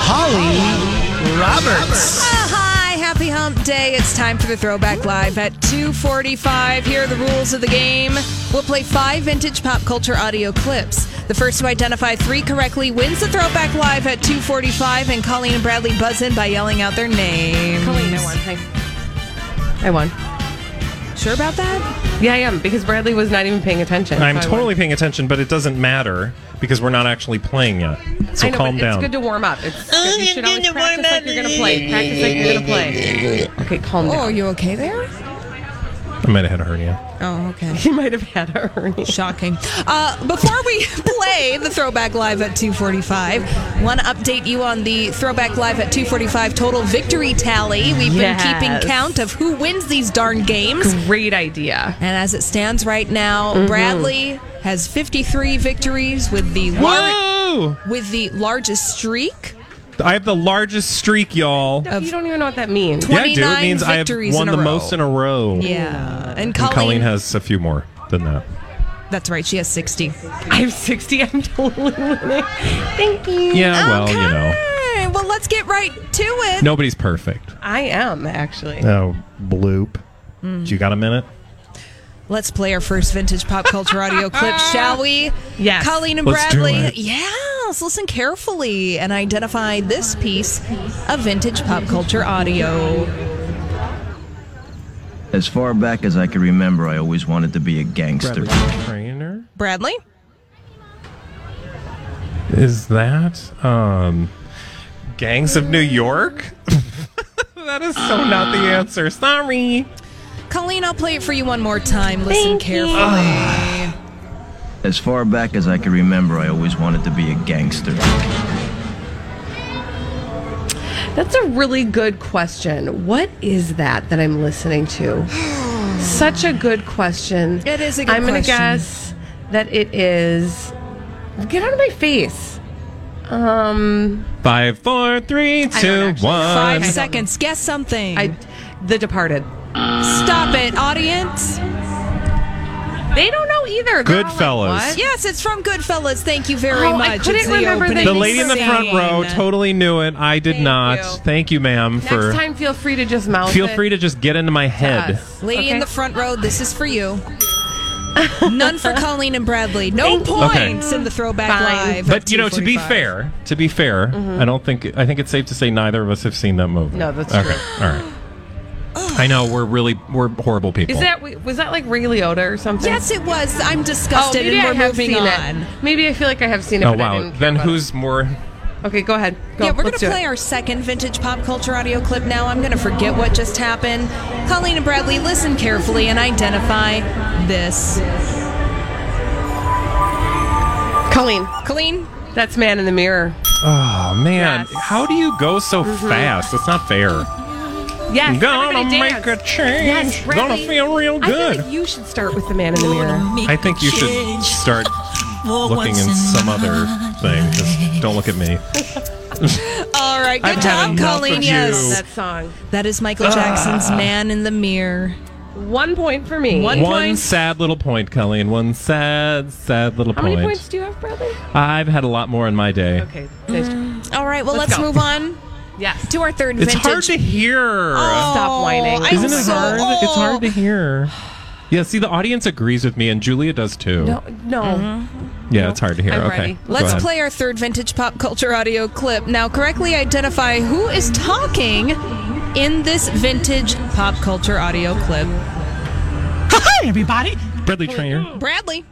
[SPEAKER 6] Holly Roberts.
[SPEAKER 5] Hi, happy hump day. It's time for the Throwback Live at 2.45. Here are the rules of the game. We'll play five vintage pop culture audio clips. The first to identify three correctly wins the Throwback Live at 2.45, and Colleen and Bradley buzz in by yelling out their names.
[SPEAKER 1] Colleen, I won. I won.
[SPEAKER 5] Sure about that?
[SPEAKER 1] Yeah, I am because Bradley was not even paying attention.
[SPEAKER 2] I'm
[SPEAKER 1] so I won.
[SPEAKER 2] totally paying attention, but it doesn't matter because we're not actually playing yet. So
[SPEAKER 1] I know,
[SPEAKER 2] calm
[SPEAKER 1] but
[SPEAKER 2] down.
[SPEAKER 1] It's good to warm up. It's good. you should always practice like you're gonna play. Practice like you're gonna play. Okay, calm
[SPEAKER 5] Oh,
[SPEAKER 1] down.
[SPEAKER 5] are you okay there?
[SPEAKER 2] I might have had a hernia.
[SPEAKER 5] Oh, okay.
[SPEAKER 1] He might have had a hernia.
[SPEAKER 5] Shocking. Uh, before we play the Throwback Live at 2:45, want to update you on the Throwback Live at 2:45 total victory tally. We've
[SPEAKER 1] Yes.
[SPEAKER 5] been keeping count of who wins these darn games,
[SPEAKER 1] Great idea.
[SPEAKER 5] and as it stands right now, Bradley has 53 victories with the lar-
[SPEAKER 2] Whoa!
[SPEAKER 5] with the largest streak.
[SPEAKER 2] I have the largest streak, y'all.
[SPEAKER 1] you don't even know what that means.
[SPEAKER 2] Yeah, dude. It
[SPEAKER 5] 29
[SPEAKER 2] means I have
[SPEAKER 5] victories
[SPEAKER 2] won
[SPEAKER 5] in a
[SPEAKER 2] the
[SPEAKER 5] row.
[SPEAKER 2] most in a row.
[SPEAKER 5] Yeah, and
[SPEAKER 2] And
[SPEAKER 5] Colleen,
[SPEAKER 2] Colleen has a few more than that.
[SPEAKER 5] that's right. She has 60.
[SPEAKER 1] I have 60. I'm totally winning. Thank you.
[SPEAKER 2] Yeah, well, you know.
[SPEAKER 5] Okay, Well, let's get right to it.
[SPEAKER 2] Nobody's perfect.
[SPEAKER 1] I am actually.
[SPEAKER 2] Oh, bloop. Do you got a minute?
[SPEAKER 5] Let's play our first vintage pop culture audio clip, shall we?
[SPEAKER 1] Yes.
[SPEAKER 5] Colleen and
[SPEAKER 10] Let's do
[SPEAKER 5] Bradley.
[SPEAKER 10] it.
[SPEAKER 5] Yes. Listen carefully and identify this piece of vintage pop culture audio.
[SPEAKER 11] As far back as I can remember, I always wanted to be a gangster.
[SPEAKER 2] Trainer?
[SPEAKER 5] Bradley?
[SPEAKER 2] Is that um Gangs of New York? that is so not the answer. Sorry.
[SPEAKER 5] Colleen, I'll play it for you one more time. Listen carefully.
[SPEAKER 2] Ah.
[SPEAKER 11] As far back as I can remember, I always wanted to be a gangster.
[SPEAKER 1] That's a really good question. What is that that I'm listening to? Such a good question.
[SPEAKER 5] It is a good
[SPEAKER 1] I'm gonna
[SPEAKER 5] question.
[SPEAKER 1] guess that it is. Get out of my face. Um,
[SPEAKER 2] Five, four, three, two, one.
[SPEAKER 5] Five
[SPEAKER 2] Um,
[SPEAKER 5] seconds. Guess something.
[SPEAKER 1] The Departed.
[SPEAKER 5] Stop it, audience.
[SPEAKER 1] They don't know either. They're all like,
[SPEAKER 2] Goodfellas.
[SPEAKER 1] "What?"
[SPEAKER 5] Yes, it's from Goodfellas. Thank you very
[SPEAKER 1] Oh, I
[SPEAKER 5] much.
[SPEAKER 1] couldn't
[SPEAKER 5] It's
[SPEAKER 1] remember the
[SPEAKER 5] opening
[SPEAKER 2] The lady in the front
[SPEAKER 5] scene.
[SPEAKER 2] row totally knew it. I did not. Thank you, ma'am, for
[SPEAKER 1] Next time, feel free to just mouth
[SPEAKER 2] feel
[SPEAKER 1] it
[SPEAKER 2] free to just get into my head.
[SPEAKER 1] us.
[SPEAKER 5] Lady in
[SPEAKER 1] Okay.
[SPEAKER 5] the front row, this is for you. None for Colleen and Bradley. No
[SPEAKER 2] you. Okay.
[SPEAKER 5] points in the throwback
[SPEAKER 1] Fine.
[SPEAKER 5] live.
[SPEAKER 2] But you know, to be fair, to be fair, I don't think I think it's safe to say neither of us have seen that movie.
[SPEAKER 1] Mm-hmm. No, that's
[SPEAKER 2] okay.
[SPEAKER 1] true.
[SPEAKER 2] All right. I know we're really we're horrible people.
[SPEAKER 1] Is that was that like Ray Liotta or something? Oh,
[SPEAKER 5] Yes, it was. I'm disgusted
[SPEAKER 1] maybe
[SPEAKER 5] and we're
[SPEAKER 1] I have
[SPEAKER 5] moving
[SPEAKER 1] seen
[SPEAKER 5] on.
[SPEAKER 1] it. Maybe I feel like I have seen it.
[SPEAKER 2] oh
[SPEAKER 1] but I
[SPEAKER 2] wow.
[SPEAKER 1] didn't care
[SPEAKER 2] Then
[SPEAKER 1] about
[SPEAKER 2] who's more?
[SPEAKER 1] it. Okay, go ahead. Go,
[SPEAKER 5] yeah, we're going
[SPEAKER 1] let's
[SPEAKER 5] to
[SPEAKER 1] do
[SPEAKER 5] play
[SPEAKER 1] it.
[SPEAKER 5] our second vintage pop culture audio clip now. I'm going to forget what just happened. Colleen and Bradley, listen carefully and identify this.
[SPEAKER 1] Colleen.
[SPEAKER 5] Colleen?
[SPEAKER 1] That's Man in the Mirror.
[SPEAKER 2] Oh man, how do you go so fast? It's not fair.
[SPEAKER 1] Yes.
[SPEAKER 2] Gonna
[SPEAKER 1] Mm-hmm. everybody
[SPEAKER 2] make
[SPEAKER 1] dance.
[SPEAKER 2] a change.
[SPEAKER 1] Yes,
[SPEAKER 2] Gonna
[SPEAKER 1] Bradley,
[SPEAKER 2] feel real
[SPEAKER 1] I feel
[SPEAKER 2] good.
[SPEAKER 1] like you should start with the Man in the Mirror.
[SPEAKER 2] I think you should start looking in some other thing. Just don't look at me.
[SPEAKER 5] All right, good
[SPEAKER 2] I've had
[SPEAKER 5] job,
[SPEAKER 2] enough
[SPEAKER 5] Colleen.
[SPEAKER 2] of you.
[SPEAKER 5] Yes.
[SPEAKER 1] That song.
[SPEAKER 5] That is Michael Jackson's Man in the Mirror.
[SPEAKER 1] One point for me.
[SPEAKER 5] One
[SPEAKER 2] Ah. One
[SPEAKER 5] point.
[SPEAKER 2] sad little point, Colleen. One sad, sad little
[SPEAKER 1] How
[SPEAKER 2] point.
[SPEAKER 1] many points do you have, Mm. Bradley?
[SPEAKER 2] I've had a lot more in my day.
[SPEAKER 1] Okay. nice-
[SPEAKER 5] All right, well, let's,
[SPEAKER 1] Let's go.
[SPEAKER 5] move on
[SPEAKER 1] Yes.
[SPEAKER 5] to our third
[SPEAKER 2] It's
[SPEAKER 5] vintage.
[SPEAKER 2] hard to hear.
[SPEAKER 1] Stop whining.
[SPEAKER 5] I-
[SPEAKER 2] Isn't it
[SPEAKER 5] I'm so
[SPEAKER 2] hard? It's hard
[SPEAKER 5] old.
[SPEAKER 2] to hear. Yeah, see, the audience agrees with me, and Julia does too.
[SPEAKER 1] No. No.
[SPEAKER 2] yeah, it's hard to hear.
[SPEAKER 1] I'm
[SPEAKER 2] okay.
[SPEAKER 1] ready.
[SPEAKER 2] Go
[SPEAKER 5] Let's
[SPEAKER 2] ahead.
[SPEAKER 5] play our third vintage pop culture audio clip. Now, correctly identify who is talking in this vintage pop culture audio clip.
[SPEAKER 12] Hi, everybody.
[SPEAKER 2] Bradley Trainer.
[SPEAKER 5] Bradley.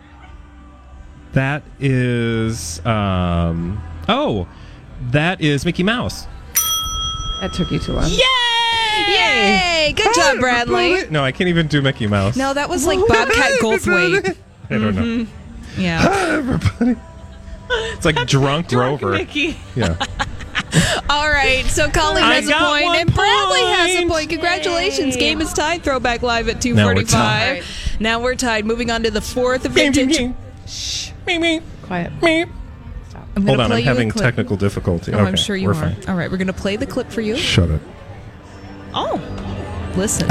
[SPEAKER 2] That is. um Oh, that is Mickey Mouse.
[SPEAKER 1] That took you too long.
[SPEAKER 5] Yay! Yay! Good job, Bradley.
[SPEAKER 2] No, I can't even do Mickey Mouse.
[SPEAKER 5] No, that was like Bobcat Goldthwait. Mm-hmm.
[SPEAKER 2] I don't know.
[SPEAKER 5] Yeah.
[SPEAKER 2] It's like drunk Rover.
[SPEAKER 1] Mickey.
[SPEAKER 2] Yeah.
[SPEAKER 5] All right. So Colleen
[SPEAKER 2] I
[SPEAKER 5] has a
[SPEAKER 2] got
[SPEAKER 5] point
[SPEAKER 2] one
[SPEAKER 5] and Bradley has a
[SPEAKER 2] point.
[SPEAKER 5] point. Congratulations. Game is tied. Throwback live at
[SPEAKER 2] Now we're
[SPEAKER 5] 2:45. Now we're tied. Moving on to the fourth vintage.
[SPEAKER 2] Shh. Me me.
[SPEAKER 1] Quiet.
[SPEAKER 2] Me.
[SPEAKER 5] I'm gonna
[SPEAKER 2] Hold on,
[SPEAKER 5] play
[SPEAKER 2] I'm
[SPEAKER 5] you a
[SPEAKER 2] having
[SPEAKER 5] clip.
[SPEAKER 2] technical difficulty.
[SPEAKER 5] Oh,
[SPEAKER 2] okay,
[SPEAKER 5] I'm sure you
[SPEAKER 2] we're
[SPEAKER 5] are.
[SPEAKER 2] Fine.
[SPEAKER 5] All right, we're going to play the clip for you.
[SPEAKER 2] Shut it.
[SPEAKER 5] Oh, listen.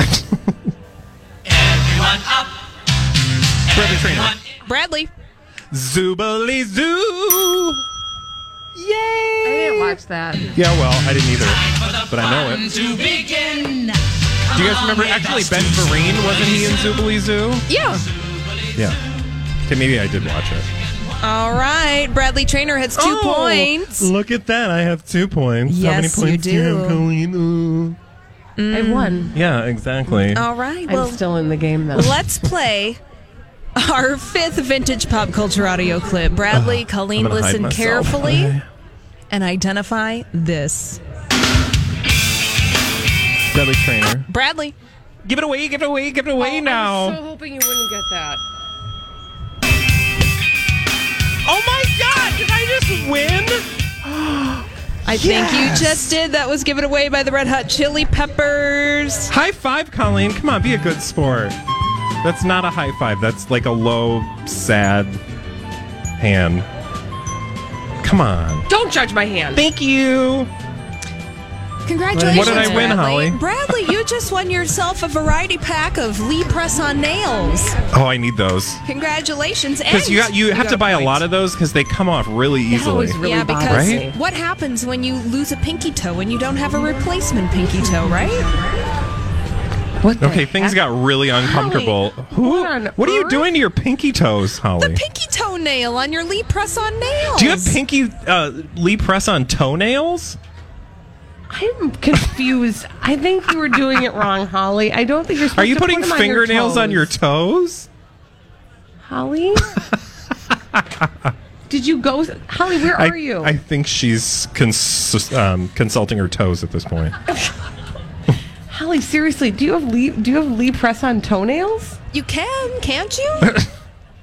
[SPEAKER 2] Bradley Trainer.
[SPEAKER 5] Bradley.
[SPEAKER 2] Zoobly Zoo.
[SPEAKER 1] I didn't watch that.
[SPEAKER 2] Yeah, well, I didn't either, but I know it. Do you guys remember? Actually, Ben Vereen wasn't he in Zoobly Zoo?
[SPEAKER 5] Yeah.
[SPEAKER 2] Yeah. Okay, maybe I did watch it.
[SPEAKER 5] All right. Bradley Trainer has two
[SPEAKER 2] Oh.
[SPEAKER 5] points.
[SPEAKER 2] Look at that! I have two points. How many
[SPEAKER 5] Yes, you
[SPEAKER 2] points do you
[SPEAKER 5] do.
[SPEAKER 2] have, Colleen? Ooh.
[SPEAKER 1] I won.
[SPEAKER 2] Yeah, exactly.
[SPEAKER 5] All right.
[SPEAKER 1] I'm
[SPEAKER 5] Well,
[SPEAKER 1] still in the game though.
[SPEAKER 5] let's play our fifth vintage pop culture audio clip. Bradley, Colleen,
[SPEAKER 2] Uh-huh. I'm gonna hide
[SPEAKER 5] listen
[SPEAKER 2] myself.
[SPEAKER 5] carefully and identify this.
[SPEAKER 2] Bradley Trainer.
[SPEAKER 5] Bradley.
[SPEAKER 2] Give it away! Give it away! Give it
[SPEAKER 5] Oh,
[SPEAKER 2] away now!
[SPEAKER 1] I'm so hoping you wouldn't get that.
[SPEAKER 2] oh my God! Did I just win?
[SPEAKER 5] I think you just did. That was given away by the Red Hot Chili Peppers.
[SPEAKER 2] High five, Colleen! Come on, be a good sport. That's not a high five. That's like a low, sad hand. Come on.
[SPEAKER 1] Don't judge my hand.
[SPEAKER 2] Thank you.
[SPEAKER 5] Congratulations.
[SPEAKER 2] What did I win,
[SPEAKER 5] Bradley.
[SPEAKER 2] Holly?
[SPEAKER 5] Bradley, you just won yourself a variety pack of Lee Press on Nails.
[SPEAKER 2] Oh, I need those
[SPEAKER 5] Congratulations.
[SPEAKER 2] because you got, you have to buy a lot of those because they come off really easily.
[SPEAKER 1] was really
[SPEAKER 5] yeah,
[SPEAKER 1] bothered
[SPEAKER 5] because
[SPEAKER 2] me. Right?
[SPEAKER 5] what happens when you lose a pinky toe and you don't have a replacement pinky toe, right?
[SPEAKER 1] What? the
[SPEAKER 2] Okay, things
[SPEAKER 1] heck?
[SPEAKER 2] got really uncomfortable. Who?
[SPEAKER 5] what on
[SPEAKER 2] What are you doing to your pinky toes, Holly?
[SPEAKER 5] Pinky toenail on your Lee press on nails.
[SPEAKER 2] Do you have pinky uh, Lee press on toenails?
[SPEAKER 1] I'm confused. I think you were doing it wrong, Holly. I don't think you're. Supposed
[SPEAKER 2] Are you
[SPEAKER 1] to
[SPEAKER 2] putting
[SPEAKER 1] put 'em
[SPEAKER 2] fingernails on your toes?
[SPEAKER 1] Holly? Did you go? Holly, where
[SPEAKER 2] I,
[SPEAKER 1] are you?
[SPEAKER 2] I think she's cons- um, consulting her toes at this point.
[SPEAKER 1] Holly, seriously, do you have Lee? Do you have Lee press on toenails?
[SPEAKER 5] You can, can't you?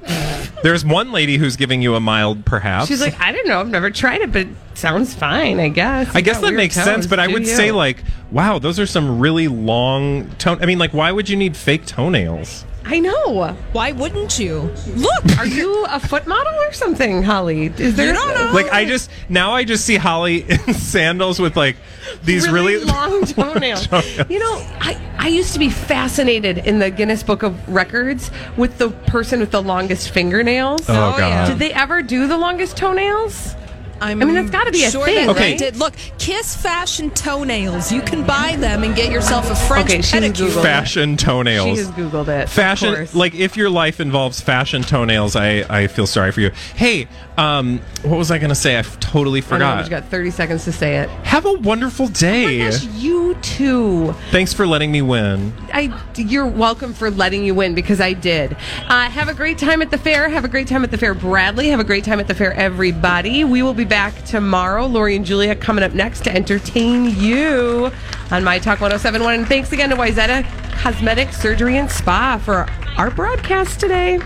[SPEAKER 2] There's one lady who's giving you a mild perhaps.
[SPEAKER 1] She's like, I don't know. I've never tried it, but it sounds fine. I guess.
[SPEAKER 2] I
[SPEAKER 1] You
[SPEAKER 2] guess
[SPEAKER 1] got
[SPEAKER 2] that
[SPEAKER 1] weird
[SPEAKER 2] makes
[SPEAKER 1] toes,
[SPEAKER 2] sense, but I
[SPEAKER 1] do
[SPEAKER 2] would
[SPEAKER 1] you?
[SPEAKER 2] say like, wow, those are some really long tone. I mean, like, why would you need fake toenails?
[SPEAKER 1] I know.
[SPEAKER 5] Why wouldn't you? Look,
[SPEAKER 1] are you a foot model or something, Holly? Is there?
[SPEAKER 2] Like,
[SPEAKER 1] Oh.
[SPEAKER 2] I just now I just see Holly in sandals with like these really,
[SPEAKER 1] long toenails.
[SPEAKER 2] toenails.
[SPEAKER 1] You know, I, I used to be fascinated in the Guinness Book of Records with the person with the longest fingernails.
[SPEAKER 2] Oh, Oh, God. yeah.
[SPEAKER 1] Did they ever do the longest toenails?
[SPEAKER 5] i
[SPEAKER 1] mean, that's got to be a
[SPEAKER 5] sure
[SPEAKER 1] thing.
[SPEAKER 5] that they
[SPEAKER 1] right?
[SPEAKER 5] did. Look, Kiss Fashion Toenails. You can buy them and get yourself a French
[SPEAKER 1] Okay, she's
[SPEAKER 5] pedicure.
[SPEAKER 1] Googled
[SPEAKER 2] fashion toenails.
[SPEAKER 1] She has Googled it. of
[SPEAKER 2] fashion
[SPEAKER 1] course.
[SPEAKER 2] like if your life involves fashion toenails i i feel sorry for you hey um what was i gonna say i f- totally
[SPEAKER 1] I know, but
[SPEAKER 2] forgot
[SPEAKER 1] you got 30 seconds to say it.
[SPEAKER 2] have a wonderful day
[SPEAKER 1] You too.
[SPEAKER 2] Oh thanks for letting me win
[SPEAKER 1] I, you're welcome for letting you win because I did. Uh, have a great time at the fair. Have a great time at the fair, Bradley. Have a great time at the fair, everybody. We will be back tomorrow. Lori and Julia coming up next to entertain you on My Talk 1071. And thanks again to Wyzetta Cosmetic Surgery and Spa for our broadcast today.